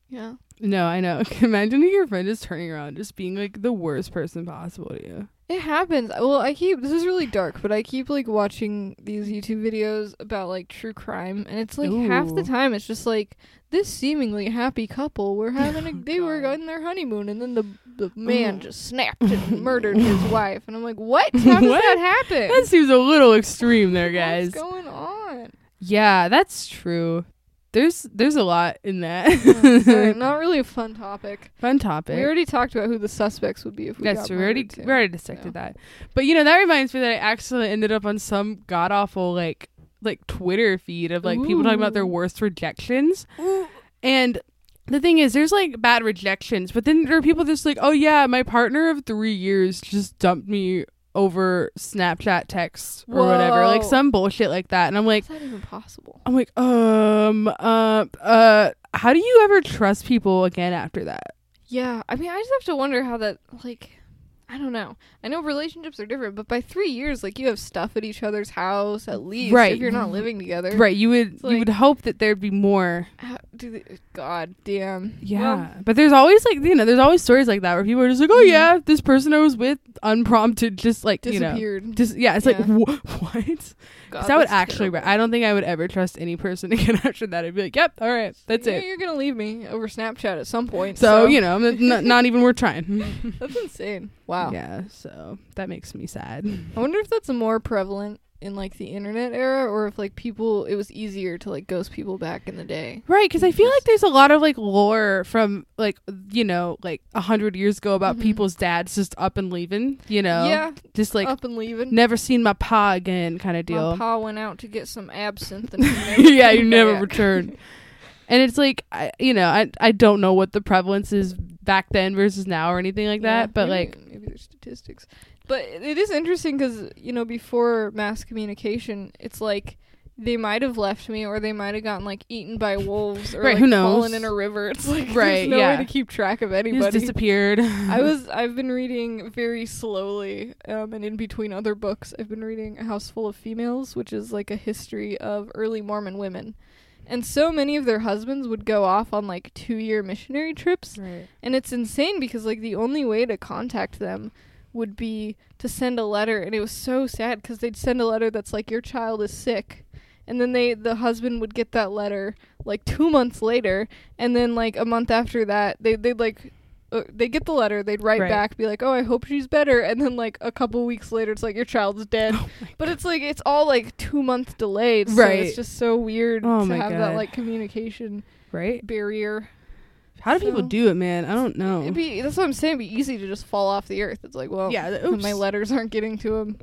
[SPEAKER 1] Yeah.
[SPEAKER 2] No, I know. imagine if your friend is turning around just being like the worst person possible to you.
[SPEAKER 1] It happens. Well, I keep this is really dark, but I keep like watching these YouTube videos about like true crime, and it's like half the
[SPEAKER 2] Ooh.
[SPEAKER 1] time it's just like this seemingly happy couple were having a, they were
[SPEAKER 2] Oh, God.
[SPEAKER 1] on their honeymoon, and then the the man
[SPEAKER 2] Mhm.
[SPEAKER 1] just snapped and murdered his wife, and I'm like, what? How does
[SPEAKER 2] What?
[SPEAKER 1] that happen?
[SPEAKER 2] That seems a little extreme there, guys.
[SPEAKER 1] What's going on?
[SPEAKER 2] Yeah, that's true. There's there's a lot in that.
[SPEAKER 1] Oh, sorry, not really a fun topic.
[SPEAKER 2] Fun topic.
[SPEAKER 1] We already talked about who the suspects would be if we
[SPEAKER 2] That's
[SPEAKER 1] got
[SPEAKER 2] true. We already
[SPEAKER 1] murdered, too.
[SPEAKER 2] we already dissected that. But you know, that reminds me that I accidentally ended up on some god awful like like Twitter feed of like people talking about their
[SPEAKER 1] Ooh.
[SPEAKER 2] worst rejections. And the thing is, there's like bad rejections, but then there are people that's like, oh yeah, my partner of three years just dumped me over Snapchat texts or whatever, like
[SPEAKER 1] Whoa.
[SPEAKER 2] some bullshit like that. And I'm like,
[SPEAKER 1] Is that even possible?
[SPEAKER 2] I'm like, um, uh, uh, how do you ever trust people again after that?
[SPEAKER 1] Yeah, I mean, I just have to wonder how that like. I don't know. I know relationships are different, but by three years, like you have stuff at each other's house at least.
[SPEAKER 2] Right. Mm-hmm.
[SPEAKER 1] If you're not living together.
[SPEAKER 2] Right, you would
[SPEAKER 1] It's
[SPEAKER 2] you
[SPEAKER 1] like-
[SPEAKER 2] would hope that there'd be more.
[SPEAKER 1] How, do they, God damn.
[SPEAKER 2] Yeah, but there's always like you know, there's always stories like that where people are just like, oh
[SPEAKER 1] Mhm.
[SPEAKER 2] yeah, this person I was with unprompted just like
[SPEAKER 1] Well,
[SPEAKER 2] you know,
[SPEAKER 1] disappeared.
[SPEAKER 2] just yeah, it's like
[SPEAKER 1] Yeah.
[SPEAKER 2] wha what?
[SPEAKER 1] God,
[SPEAKER 2] that would
[SPEAKER 1] that's
[SPEAKER 2] actually.
[SPEAKER 1] terrible.
[SPEAKER 2] I don't think I would ever trust any person again after that. I'd be like, yep, all right, that's
[SPEAKER 1] You know
[SPEAKER 2] it.
[SPEAKER 1] You're gonna leave me over Snapchat at some point.
[SPEAKER 2] So, you know, n- not, not even worth trying.
[SPEAKER 1] that's insane. Wow.
[SPEAKER 2] Yeah, so that makes me sad.
[SPEAKER 1] I wonder if that's more prevalent in like the internet era, or if like people, it was easier to like ghost people back in the day.
[SPEAKER 2] Right, because I feel like there's a lot of like lore from like you know like a hundred years ago about
[SPEAKER 1] Mhm.
[SPEAKER 2] people's dads just up and leaving, you know,
[SPEAKER 1] yeah.
[SPEAKER 2] just like
[SPEAKER 1] up and leaving.
[SPEAKER 2] never seen my pa again kind of
[SPEAKER 1] My
[SPEAKER 2] deal.
[SPEAKER 1] pa went out to get some absinthe. And he never
[SPEAKER 2] yeah, you
[SPEAKER 1] came
[SPEAKER 2] never
[SPEAKER 1] back.
[SPEAKER 2] return. and it's like I, you know, I I don't know what the prevalence is back then versus now or anything like
[SPEAKER 1] Yeah,
[SPEAKER 2] that, but
[SPEAKER 1] maybe-
[SPEAKER 2] like
[SPEAKER 1] maybe there's statistics. But it it is interesting because you know before mass communication, it's like they might have left me, or they might have gotten like eaten by wolves, or
[SPEAKER 2] Right,
[SPEAKER 1] like,
[SPEAKER 2] who knows?
[SPEAKER 1] fallen in a river. It's like
[SPEAKER 2] Right,
[SPEAKER 1] there's no
[SPEAKER 2] yeah.
[SPEAKER 1] way to keep track of
[SPEAKER 2] you just
[SPEAKER 1] anybody.
[SPEAKER 2] disappeared.
[SPEAKER 1] I was I've been reading very slowly, um, and in between other books, I've been reading A House Full of Females, which is like a history of early Mormon women. And so many of their husbands would go off on like two year missionary trips
[SPEAKER 2] right.
[SPEAKER 1] and it's insane because like the only way to contact them would be to send a letter and it was so sad cuz they'd send a letter that's like your child is sick and then they the husband would get that letter like 2 months later and then like a month after that they they'd like uh, they get the letter they'd write
[SPEAKER 2] Right.
[SPEAKER 1] back be like oh i hope she's better and then like a couple weeks later it's like your child's dead
[SPEAKER 2] Oh
[SPEAKER 1] but it's like it's all like 2 months delayed so
[SPEAKER 2] Right.
[SPEAKER 1] it's just so weird
[SPEAKER 2] Oh
[SPEAKER 1] to
[SPEAKER 2] my
[SPEAKER 1] have
[SPEAKER 2] God.
[SPEAKER 1] that like communication
[SPEAKER 2] Right?
[SPEAKER 1] barrier
[SPEAKER 2] How do people
[SPEAKER 1] So-
[SPEAKER 2] do it, man? I don't know. Oh,
[SPEAKER 1] It'd be that's what I'm saying. It'd be easy to just fall off the earth. It's like, well,
[SPEAKER 2] yeah, the-
[SPEAKER 1] when
[SPEAKER 2] oops.
[SPEAKER 1] my letters aren't getting to him.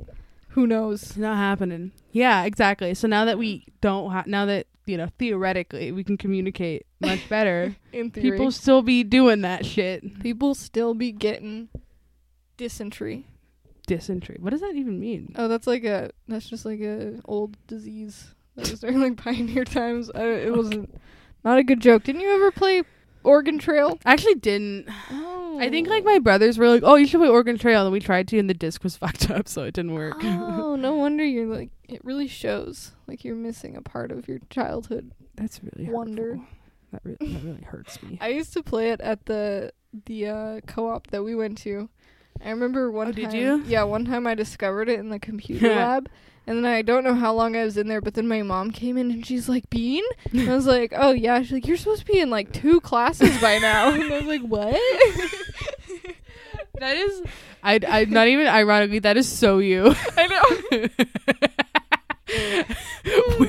[SPEAKER 1] Who knows?
[SPEAKER 2] It's not happening. Yeah, exactly. So now that we don't, ha- now that you know, theoretically, we can communicate much better.
[SPEAKER 1] In theory,
[SPEAKER 2] people
[SPEAKER 1] people,
[SPEAKER 2] still be doing that shit.
[SPEAKER 1] still be getting dysentery.
[SPEAKER 2] Dysentery. What does that even mean?
[SPEAKER 1] Oh, that's like a that's just like a old disease that was during like pioneer times. I, it wasn't not a good joke. Didn't you ever play Oregon Trail?
[SPEAKER 2] I actually didn't.
[SPEAKER 1] Oh,
[SPEAKER 2] I think like my brothers were like, "Oh, you should play Oregon Trail," and we tried to, and the disc was fucked up, so it didn't work.
[SPEAKER 1] Oh, no wonder you're like it really shows like you're missing a part of your childhood.
[SPEAKER 2] That's really
[SPEAKER 1] Wonder.
[SPEAKER 2] hurtful. That, re- that really hurts me.
[SPEAKER 1] I used to play it at the the uh, co-op that we went to. I remember one
[SPEAKER 2] Oh,
[SPEAKER 1] time.
[SPEAKER 2] did you?
[SPEAKER 1] Yeah, one time I discovered it in the computer lab, and then I don't know how long I was in there. But then my mom came in and she's like, "Bean," and I was like, "Oh yeah." She's like, "You're supposed to be in like two classes by now," and I was like, "What?"
[SPEAKER 2] That is, I, I not even ironically. That is so you.
[SPEAKER 1] I know.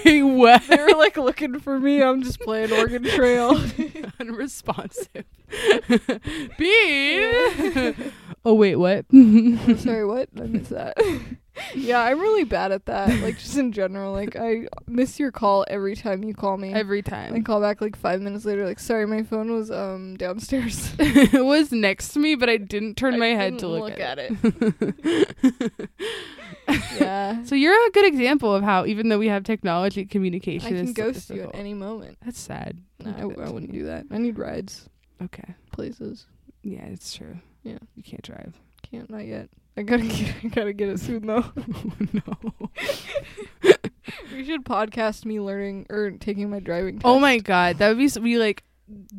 [SPEAKER 2] Wait, what?
[SPEAKER 1] They were like looking for me. I'm just playing Oregon Trail.
[SPEAKER 2] Unresponsive. Bean.
[SPEAKER 1] Yeah.
[SPEAKER 2] oh wait, what?
[SPEAKER 1] I'm sorry, what? I missed that. yeah, I'm really bad at that. Like just in general, like I miss your call every time you call me.
[SPEAKER 2] Every
[SPEAKER 1] And I
[SPEAKER 2] time
[SPEAKER 1] call back like five minutes later, like sorry, my phone was um downstairs.
[SPEAKER 2] it was next to me, but I didn't turn
[SPEAKER 1] I
[SPEAKER 2] my head to
[SPEAKER 1] didn't
[SPEAKER 2] look,
[SPEAKER 1] look
[SPEAKER 2] at,
[SPEAKER 1] at
[SPEAKER 2] it.
[SPEAKER 1] yeah,
[SPEAKER 2] so you're a good example of how even though we have technology, communication
[SPEAKER 1] I can
[SPEAKER 2] is
[SPEAKER 1] ghost you at
[SPEAKER 2] difficult.
[SPEAKER 1] any moment.
[SPEAKER 2] That's sad.
[SPEAKER 1] No,
[SPEAKER 2] Don't
[SPEAKER 1] I,
[SPEAKER 2] do that
[SPEAKER 1] I
[SPEAKER 2] to
[SPEAKER 1] wouldn't
[SPEAKER 2] me.
[SPEAKER 1] do that. I need rides,
[SPEAKER 2] Okay.
[SPEAKER 1] places.
[SPEAKER 2] Yeah, it's true.
[SPEAKER 1] Yeah.
[SPEAKER 2] You can't drive.
[SPEAKER 1] Can't not yet. I gotta get, I gotta get it soon though.
[SPEAKER 2] no.
[SPEAKER 1] we should podcast me learning or taking my driving. Test.
[SPEAKER 2] Oh my god, that would be s- we like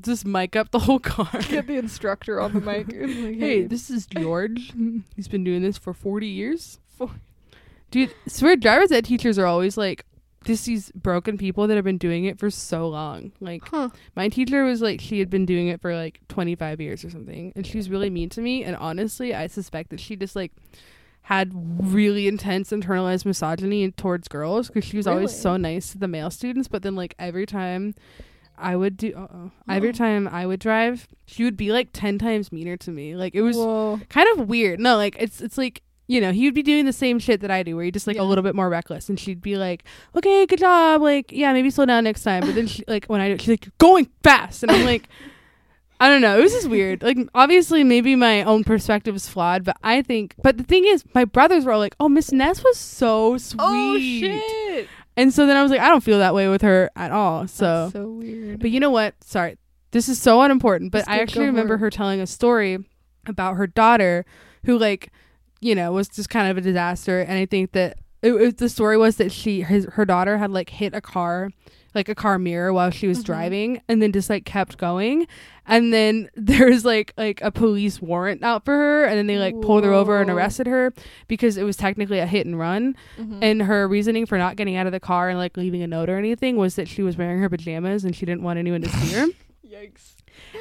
[SPEAKER 2] just mic up the whole car.
[SPEAKER 1] Get the instructor on the mic. and, like,
[SPEAKER 2] Hey, this is George. He's been doing this for 40 years.
[SPEAKER 1] For-
[SPEAKER 2] Dude, swear driver's ed teachers are always like just these broken people that have been doing it for so long. Like
[SPEAKER 1] huh?
[SPEAKER 2] my teacher was like she had been doing it for like 25 years or something and she was really mean to me and honestly, I suspect that she just like had really intense internalized misogyny towards girls because she was always
[SPEAKER 1] Really?
[SPEAKER 2] so nice to the male students but then like every time I would do uh-oh, every
[SPEAKER 1] Uh-oh.
[SPEAKER 2] time I would drive she would be like 10 times meaner to me like it was
[SPEAKER 1] Whoa.
[SPEAKER 2] kind of weird. No, like it's it's like you know he would be doing the same shit that I do, where he just like
[SPEAKER 1] Yeah.
[SPEAKER 2] a little bit more reckless, and she'd be like, "Okay, good job. Like, yeah, maybe slow down next time." But then she like when I do, it, she's like, "You're going fast," and I'm like. I don't know. It was just weird. Like, obviously, maybe my own perspective is flawed, but I think. But the thing is, my brothers were all like, "Oh, Miss Ness was so sweet,"
[SPEAKER 1] Oh shit.
[SPEAKER 2] and so then I was like, "I don't feel that way with her at all." So
[SPEAKER 1] That's so weird.
[SPEAKER 2] but you know what? Sorry. This is so unimportant, but
[SPEAKER 1] Just
[SPEAKER 2] I
[SPEAKER 1] keep
[SPEAKER 2] actually
[SPEAKER 1] going.
[SPEAKER 2] remember her telling a story about her daughter who like, you know, was just kind of a disaster and I think that it, it- the story was that she his, her daughter had like hit a car like a car mirror while she was
[SPEAKER 1] Mhm.
[SPEAKER 2] driving and then just like kept going and then there's like like a police warrant out for her and then they like pulled her over and
[SPEAKER 1] Whoa.
[SPEAKER 2] arrested her because it was technically a hit and run
[SPEAKER 1] Mhm.
[SPEAKER 2] and her reasoning for not getting out of the car and like leaving a note or anything was that she was wearing her pajamas and she didn't want anyone to see her.
[SPEAKER 1] Yikes.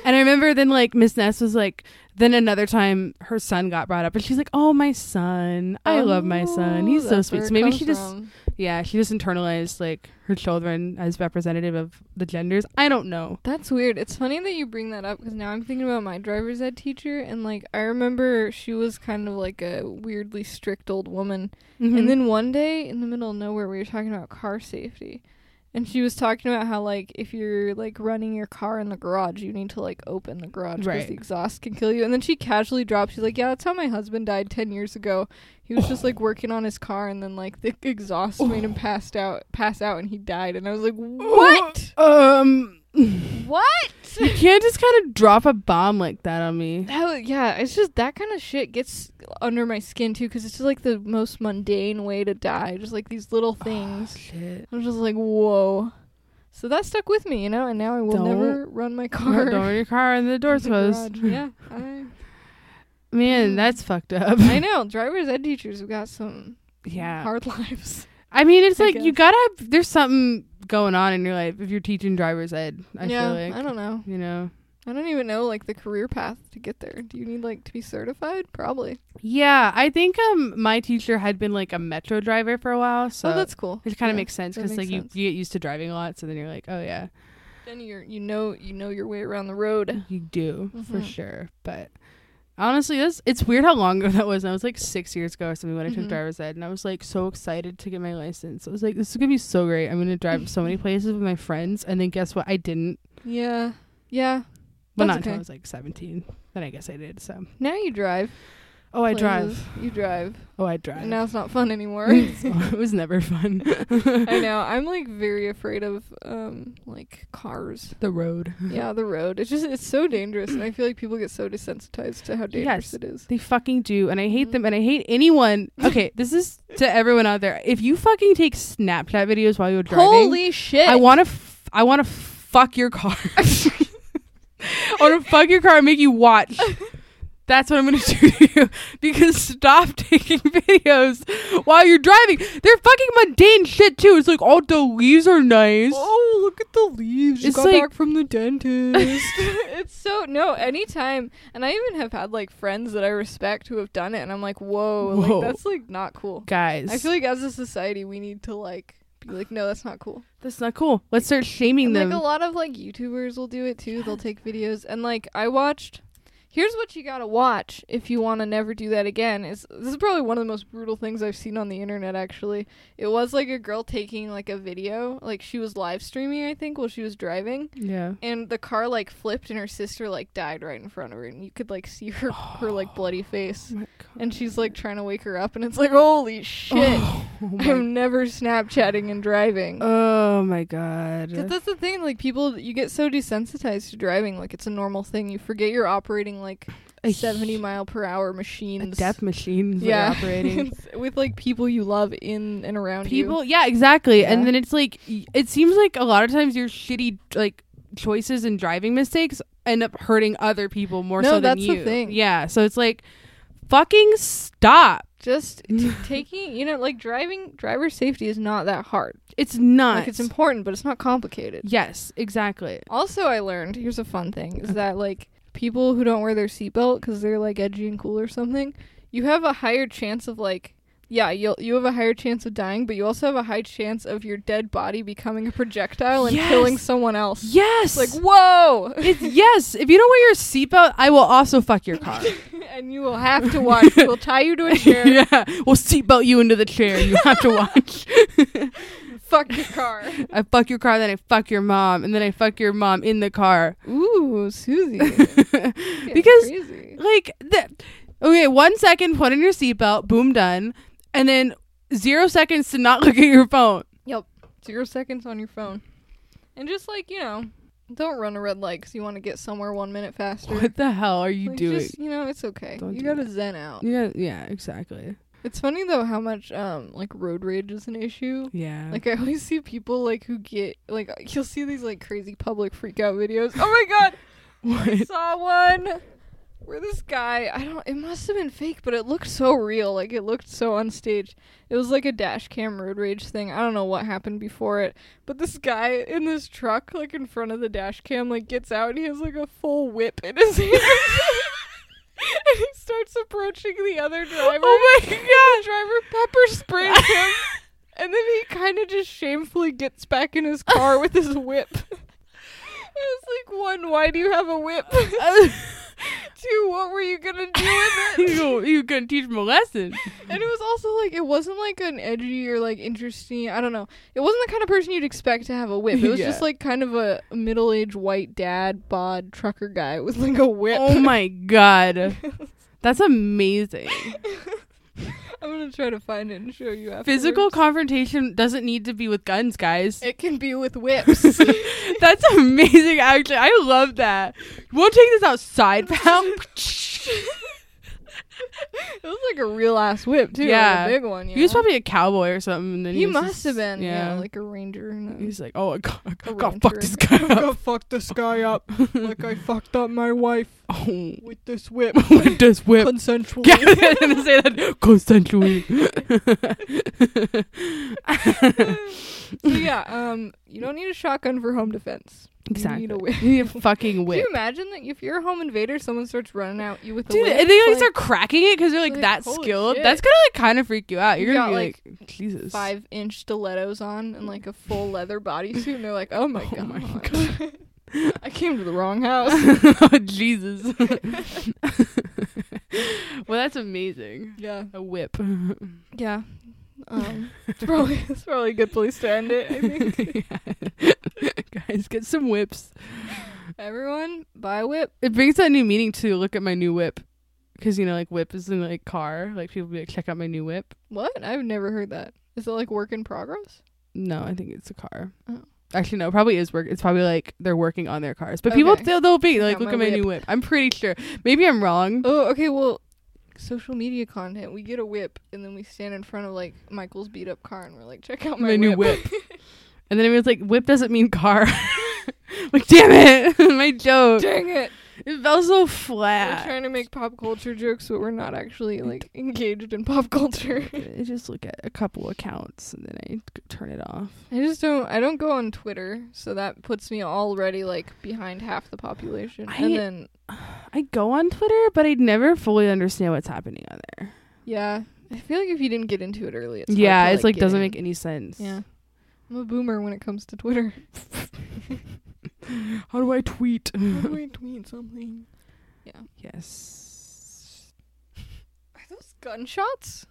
[SPEAKER 2] and I remember then like Miss Ness was like, then another time her son got brought up and she's like, oh my son, I love my son, he's
[SPEAKER 1] Oh,
[SPEAKER 2] so
[SPEAKER 1] that's
[SPEAKER 2] sweet.
[SPEAKER 1] where
[SPEAKER 2] So
[SPEAKER 1] it
[SPEAKER 2] maybe
[SPEAKER 1] comes
[SPEAKER 2] she just
[SPEAKER 1] from.
[SPEAKER 2] yeah she just internalized like her children as representative of the genders. I don't know.
[SPEAKER 1] That's weird. It's funny that you bring that up because now I'm thinking about my driver's ed teacher, and like I remember she was kind of like a weirdly strict old woman.
[SPEAKER 2] Mhm.
[SPEAKER 1] And then one day in the middle of nowhere, we were talking about car safety, and she was talking about how like if you're like running your car in the garage, you need to like open the garage because
[SPEAKER 2] Right.
[SPEAKER 1] the exhaust can kill you. And then she casually dropped, she's like, "Yeah, that's how my husband died ten years ago. He was just like working on his car, and then like the exhaust made him passed out, pass out, and he died." And I was like, "What?
[SPEAKER 2] um.
[SPEAKER 1] what?"
[SPEAKER 2] You can't just kind of drop a bomb like that on me.
[SPEAKER 1] Hell yeah, it's just that kind of shit gets under my skin too, because it's just like the most mundane way to die. Just like these little things.
[SPEAKER 2] Oh, Shit.
[SPEAKER 1] I'm just like, whoa. So that stuck with me, you know, and now I will
[SPEAKER 2] Don't-
[SPEAKER 1] never run my car.
[SPEAKER 2] Don't run your car and the door's
[SPEAKER 1] in the
[SPEAKER 2] closed.
[SPEAKER 1] garage. yeah, I,
[SPEAKER 2] Man,
[SPEAKER 1] Mm.
[SPEAKER 2] that's fucked up.
[SPEAKER 1] I know. Driver's ed teachers have got some
[SPEAKER 2] Yeah.
[SPEAKER 1] hard lives.
[SPEAKER 2] I mean, it's
[SPEAKER 1] I
[SPEAKER 2] like you
[SPEAKER 1] guess.
[SPEAKER 2] gotta. There's something going on in your life if you're teaching driver's ed. I
[SPEAKER 1] yeah,
[SPEAKER 2] feel like
[SPEAKER 1] I don't know.
[SPEAKER 2] you know.
[SPEAKER 1] I don't even know like the career path to get there. Do you need like to be certified? Probably.
[SPEAKER 2] Yeah, I think um my teacher had been like a metro driver for a while, so
[SPEAKER 1] oh, that's cool.
[SPEAKER 2] it kind of
[SPEAKER 1] Yeah.
[SPEAKER 2] makes sense
[SPEAKER 1] that makes
[SPEAKER 2] because like you,
[SPEAKER 1] sense.
[SPEAKER 2] you get used to driving a lot, so then you're like, oh yeah,
[SPEAKER 1] Then you're you know you know your way around the road.
[SPEAKER 2] you do for
[SPEAKER 1] Mhm.
[SPEAKER 2] sure. But honestly, that's it's weird how long ago that was. I was like six years ago or something when I took
[SPEAKER 1] Mhm.
[SPEAKER 2] driver's ed, and I was like so excited to get my license. I was like, this is gonna be so great. I'm gonna drive so many places with my friends, and then guess what? I didn't.
[SPEAKER 1] Yeah. Yeah.
[SPEAKER 2] Well,
[SPEAKER 1] That's
[SPEAKER 2] not until
[SPEAKER 1] okay.
[SPEAKER 2] I was like 17. Then I guess I did. So.
[SPEAKER 1] Now you drive.
[SPEAKER 2] Oh, I drive.
[SPEAKER 1] places. You drive.
[SPEAKER 2] Oh, I drive.
[SPEAKER 1] And now it's not fun anymore.
[SPEAKER 2] it was never fun.
[SPEAKER 1] I know. I'm like very afraid of um like cars.
[SPEAKER 2] The road.
[SPEAKER 1] Yeah, the road. It's just it's so dangerous and I feel like people get so desensitized to how dangerous
[SPEAKER 2] Yes.
[SPEAKER 1] it is.
[SPEAKER 2] They fucking do, and I
[SPEAKER 1] Mm-hmm.
[SPEAKER 2] hate them, and I hate anyone. Okay, this is to everyone out there. If you fucking take Snapchat videos while you're driving,
[SPEAKER 1] Holy shit.
[SPEAKER 2] I want to, f- I want to fuck your car. I want to fuck your car and make you watch. That's what I'm gonna do to you because stop taking videos while you're driving. They're fucking mundane shit too. It's like, oh, the leaves are nice.
[SPEAKER 1] Oh, look at the leaves.
[SPEAKER 2] You It's got like- back
[SPEAKER 1] from the dentist. it's so no, anytime and I even have had like friends that I respect who have done it and I'm like, whoa,
[SPEAKER 2] Whoa.
[SPEAKER 1] like that's like not cool.
[SPEAKER 2] Guys,
[SPEAKER 1] I feel like as a society we need to like be like, no, that's not cool.
[SPEAKER 2] that's not cool. Let's start shaming
[SPEAKER 1] And,
[SPEAKER 2] them.
[SPEAKER 1] like a lot of like YouTubers will do it too. They'll take videos and like I watched. Here's what you gotta watch if you want to never do that again. Is this is probably one of the most brutal things I've seen on the internet. Actually, it was like a girl taking like a video, like she was live streaming, I think, while she was driving,
[SPEAKER 2] yeah.
[SPEAKER 1] and the car like flipped, and her sister like died right in front of her, and you could like see her her like bloody face, and she's like trying to wake her up, and it's like holy shit,
[SPEAKER 2] Oh my,
[SPEAKER 1] I'm never Snapchatting and driving.
[SPEAKER 2] oh my god.
[SPEAKER 1] Because that's the thing, like people, you get so desensitized to driving, like it's a normal thing. You forget you're operating like
[SPEAKER 2] A
[SPEAKER 1] seventy
[SPEAKER 2] hu-
[SPEAKER 1] mile per hour
[SPEAKER 2] a
[SPEAKER 1] machines.
[SPEAKER 2] death machine.
[SPEAKER 1] yeah,
[SPEAKER 2] Yeah, operating.
[SPEAKER 1] It's with like people you love in and around
[SPEAKER 2] People, yeah, exactly.
[SPEAKER 1] Yeah.
[SPEAKER 2] And then it's like y- it seems like a lot of times your shitty like choices and driving mistakes end up hurting other people more
[SPEAKER 1] No,
[SPEAKER 2] so than
[SPEAKER 1] that's the
[SPEAKER 2] you.
[SPEAKER 1] thing.
[SPEAKER 2] Yeah, so it's like fucking stop.
[SPEAKER 1] you. Just t- taking, you know, like driving, driver safety is not that hard.
[SPEAKER 2] It's not.
[SPEAKER 1] Like it's important, but it's not complicated.
[SPEAKER 2] yes, exactly.
[SPEAKER 1] Also, I learned here's a fun thing is that like people who don't wear their seatbelt because they're like edgy and cool or something, you have a higher chance of like. Yeah, you you have a higher chance of dying, but you also have a high chance of your dead body becoming a projectile and
[SPEAKER 2] Yes!
[SPEAKER 1] killing someone else.
[SPEAKER 2] Yes.
[SPEAKER 1] It's like whoa,
[SPEAKER 2] it's yes. If you don't wear your seatbelt, I will also fuck your car.
[SPEAKER 1] and you will have to watch. we'll tie you to a chair,
[SPEAKER 2] yeah, we'll seatbelt you into the chair. You have to watch.
[SPEAKER 1] fuck your car.
[SPEAKER 2] I fuck your car, then I fuck your mom, and then I fuck your mom in the car.
[SPEAKER 1] Ooh, Susie,
[SPEAKER 2] Because like the, okay one second put on your seatbelt boom done and then zero seconds to not look at your phone
[SPEAKER 1] zero seconds on your phone, and just like you know, don't run a red light because you want to get somewhere one minute faster.
[SPEAKER 2] what the hell are you
[SPEAKER 1] Like,
[SPEAKER 2] doing
[SPEAKER 1] Just, you know, it's okay.
[SPEAKER 2] Don't
[SPEAKER 1] you
[SPEAKER 2] do
[SPEAKER 1] gotta zen out.
[SPEAKER 2] yeah yeah exactly
[SPEAKER 1] It's funny though how much um like road rage is an issue.
[SPEAKER 2] yeah
[SPEAKER 1] Like I always see people like who get like you'll see these like crazy public freakout videos. Oh my god, I
[SPEAKER 2] what
[SPEAKER 1] saw one where this guy I don't it must have been fake, but it looked so real. Like it looked so unstaged. It was like a dash cam road rage thing. I don't know what happened before it, but this guy in this truck like in front of the dash cam like gets out and he has like a full whip in his hand. And he starts approaching the other driver.
[SPEAKER 2] Oh
[SPEAKER 1] my god! driver pepper sprays him, and then he kind of just shamefully gets back in his car with his whip. It's like one, why do you have a whip? Two, what were you gonna do with
[SPEAKER 2] you
[SPEAKER 1] it?
[SPEAKER 2] gonna- you gonna teach him a lesson
[SPEAKER 1] and it was also like it wasn't like an edgy or like interesting. I don't know. It wasn't the kind of person you'd expect to have a whip. It was
[SPEAKER 2] Yeah.
[SPEAKER 1] just like kind of a middle-aged white dad bod trucker guy with like a whip.
[SPEAKER 2] oh my god that's amazing
[SPEAKER 1] I'm gonna try to find it and show you. Afterwards.
[SPEAKER 2] physical confrontation doesn't need to be with guns guys
[SPEAKER 1] It can be with whips.
[SPEAKER 2] that's amazing actually i love that we'll take this outside pal
[SPEAKER 1] It was like a real ass whip too. Yeah,
[SPEAKER 2] Yeah.
[SPEAKER 1] like a big one. You
[SPEAKER 2] He was
[SPEAKER 1] know?
[SPEAKER 2] probably a cowboy or something. And then
[SPEAKER 1] He
[SPEAKER 2] was
[SPEAKER 1] must
[SPEAKER 2] just-
[SPEAKER 1] have been. Yeah, like a ranger. And
[SPEAKER 2] he's like, oh, I got, I
[SPEAKER 1] A
[SPEAKER 2] got,
[SPEAKER 1] rancher.
[SPEAKER 2] fucked this guy up.
[SPEAKER 3] fuck this guy up like I fucked up my wife
[SPEAKER 2] Oh,
[SPEAKER 3] with this whip.
[SPEAKER 2] with this whip.
[SPEAKER 3] Consensual.
[SPEAKER 2] Yeah, I was gonna say that consensually.
[SPEAKER 1] so yeah, um, you don't need a shotgun for home defense.
[SPEAKER 2] exactly.
[SPEAKER 1] You need a whip.
[SPEAKER 2] You need a fucking
[SPEAKER 1] Can
[SPEAKER 2] whip.
[SPEAKER 1] you imagine that if you're a home invader, someone starts running at you with a
[SPEAKER 2] Dude,
[SPEAKER 1] whip?
[SPEAKER 2] and they like
[SPEAKER 1] It's
[SPEAKER 2] start cracking it because they're like
[SPEAKER 1] Like,
[SPEAKER 2] that
[SPEAKER 1] holy
[SPEAKER 2] skilled.
[SPEAKER 1] shit.
[SPEAKER 2] That's gonna like kind of freak you out.
[SPEAKER 1] You
[SPEAKER 2] You're gonna
[SPEAKER 1] got,
[SPEAKER 2] be
[SPEAKER 1] like,
[SPEAKER 2] like, Jesus.
[SPEAKER 1] five inch stilettos on and like a full leather bodysuit, and they're like, "Oh my
[SPEAKER 2] Oh
[SPEAKER 1] god,
[SPEAKER 2] my
[SPEAKER 1] I came to the wrong house."
[SPEAKER 2] oh, Jesus. well, that's amazing.
[SPEAKER 1] yeah,
[SPEAKER 2] A whip.
[SPEAKER 1] yeah. Um, it's probably it's probably a good place to end it. I think
[SPEAKER 2] Guys, get some whips.
[SPEAKER 1] everyone buy a whip.
[SPEAKER 2] It brings that new meaning to look at my new whip. because you know like whip is in like car like people be like check out my new whip
[SPEAKER 1] What? I've never heard that. Is it like work in progress?
[SPEAKER 2] no i think it's a car
[SPEAKER 1] Oh.
[SPEAKER 2] actually no it probably is work it's probably like they're working on their cars but people
[SPEAKER 1] Okay.
[SPEAKER 2] they'll, they'll be like
[SPEAKER 1] out
[SPEAKER 2] look
[SPEAKER 1] my
[SPEAKER 2] at my new whip i'm pretty sure maybe i'm wrong
[SPEAKER 1] Oh, okay. Well, social media content. We get a whip, and then we stand in front of like Michael's beat up car, and we're like, check out my,
[SPEAKER 2] my, new whip. and then everyone's like, whip doesn't mean car. like, damn it, my joke.
[SPEAKER 1] Dang it!
[SPEAKER 2] It fell so
[SPEAKER 1] We're
[SPEAKER 2] flat.
[SPEAKER 1] trying to make pop culture jokes, but we're not actually like engaged in pop culture.
[SPEAKER 2] I just look at a couple accounts and then I c- turn it off.
[SPEAKER 1] I just don't. I don't go on Twitter, so that puts me already like behind half the population.
[SPEAKER 2] I-
[SPEAKER 1] and then
[SPEAKER 2] I go on Twitter, but I never fully understand what's happening on there.
[SPEAKER 1] yeah, I feel like if you didn't get into it early, it's hard
[SPEAKER 2] yeah,
[SPEAKER 1] to,
[SPEAKER 2] it's like
[SPEAKER 1] get
[SPEAKER 2] doesn't
[SPEAKER 1] in.
[SPEAKER 2] make any sense.
[SPEAKER 1] Yeah. I'm a boomer when it comes to Twitter.
[SPEAKER 2] How do I tweet?
[SPEAKER 1] How do I tweet something?
[SPEAKER 2] yes.
[SPEAKER 1] Are those gunshots?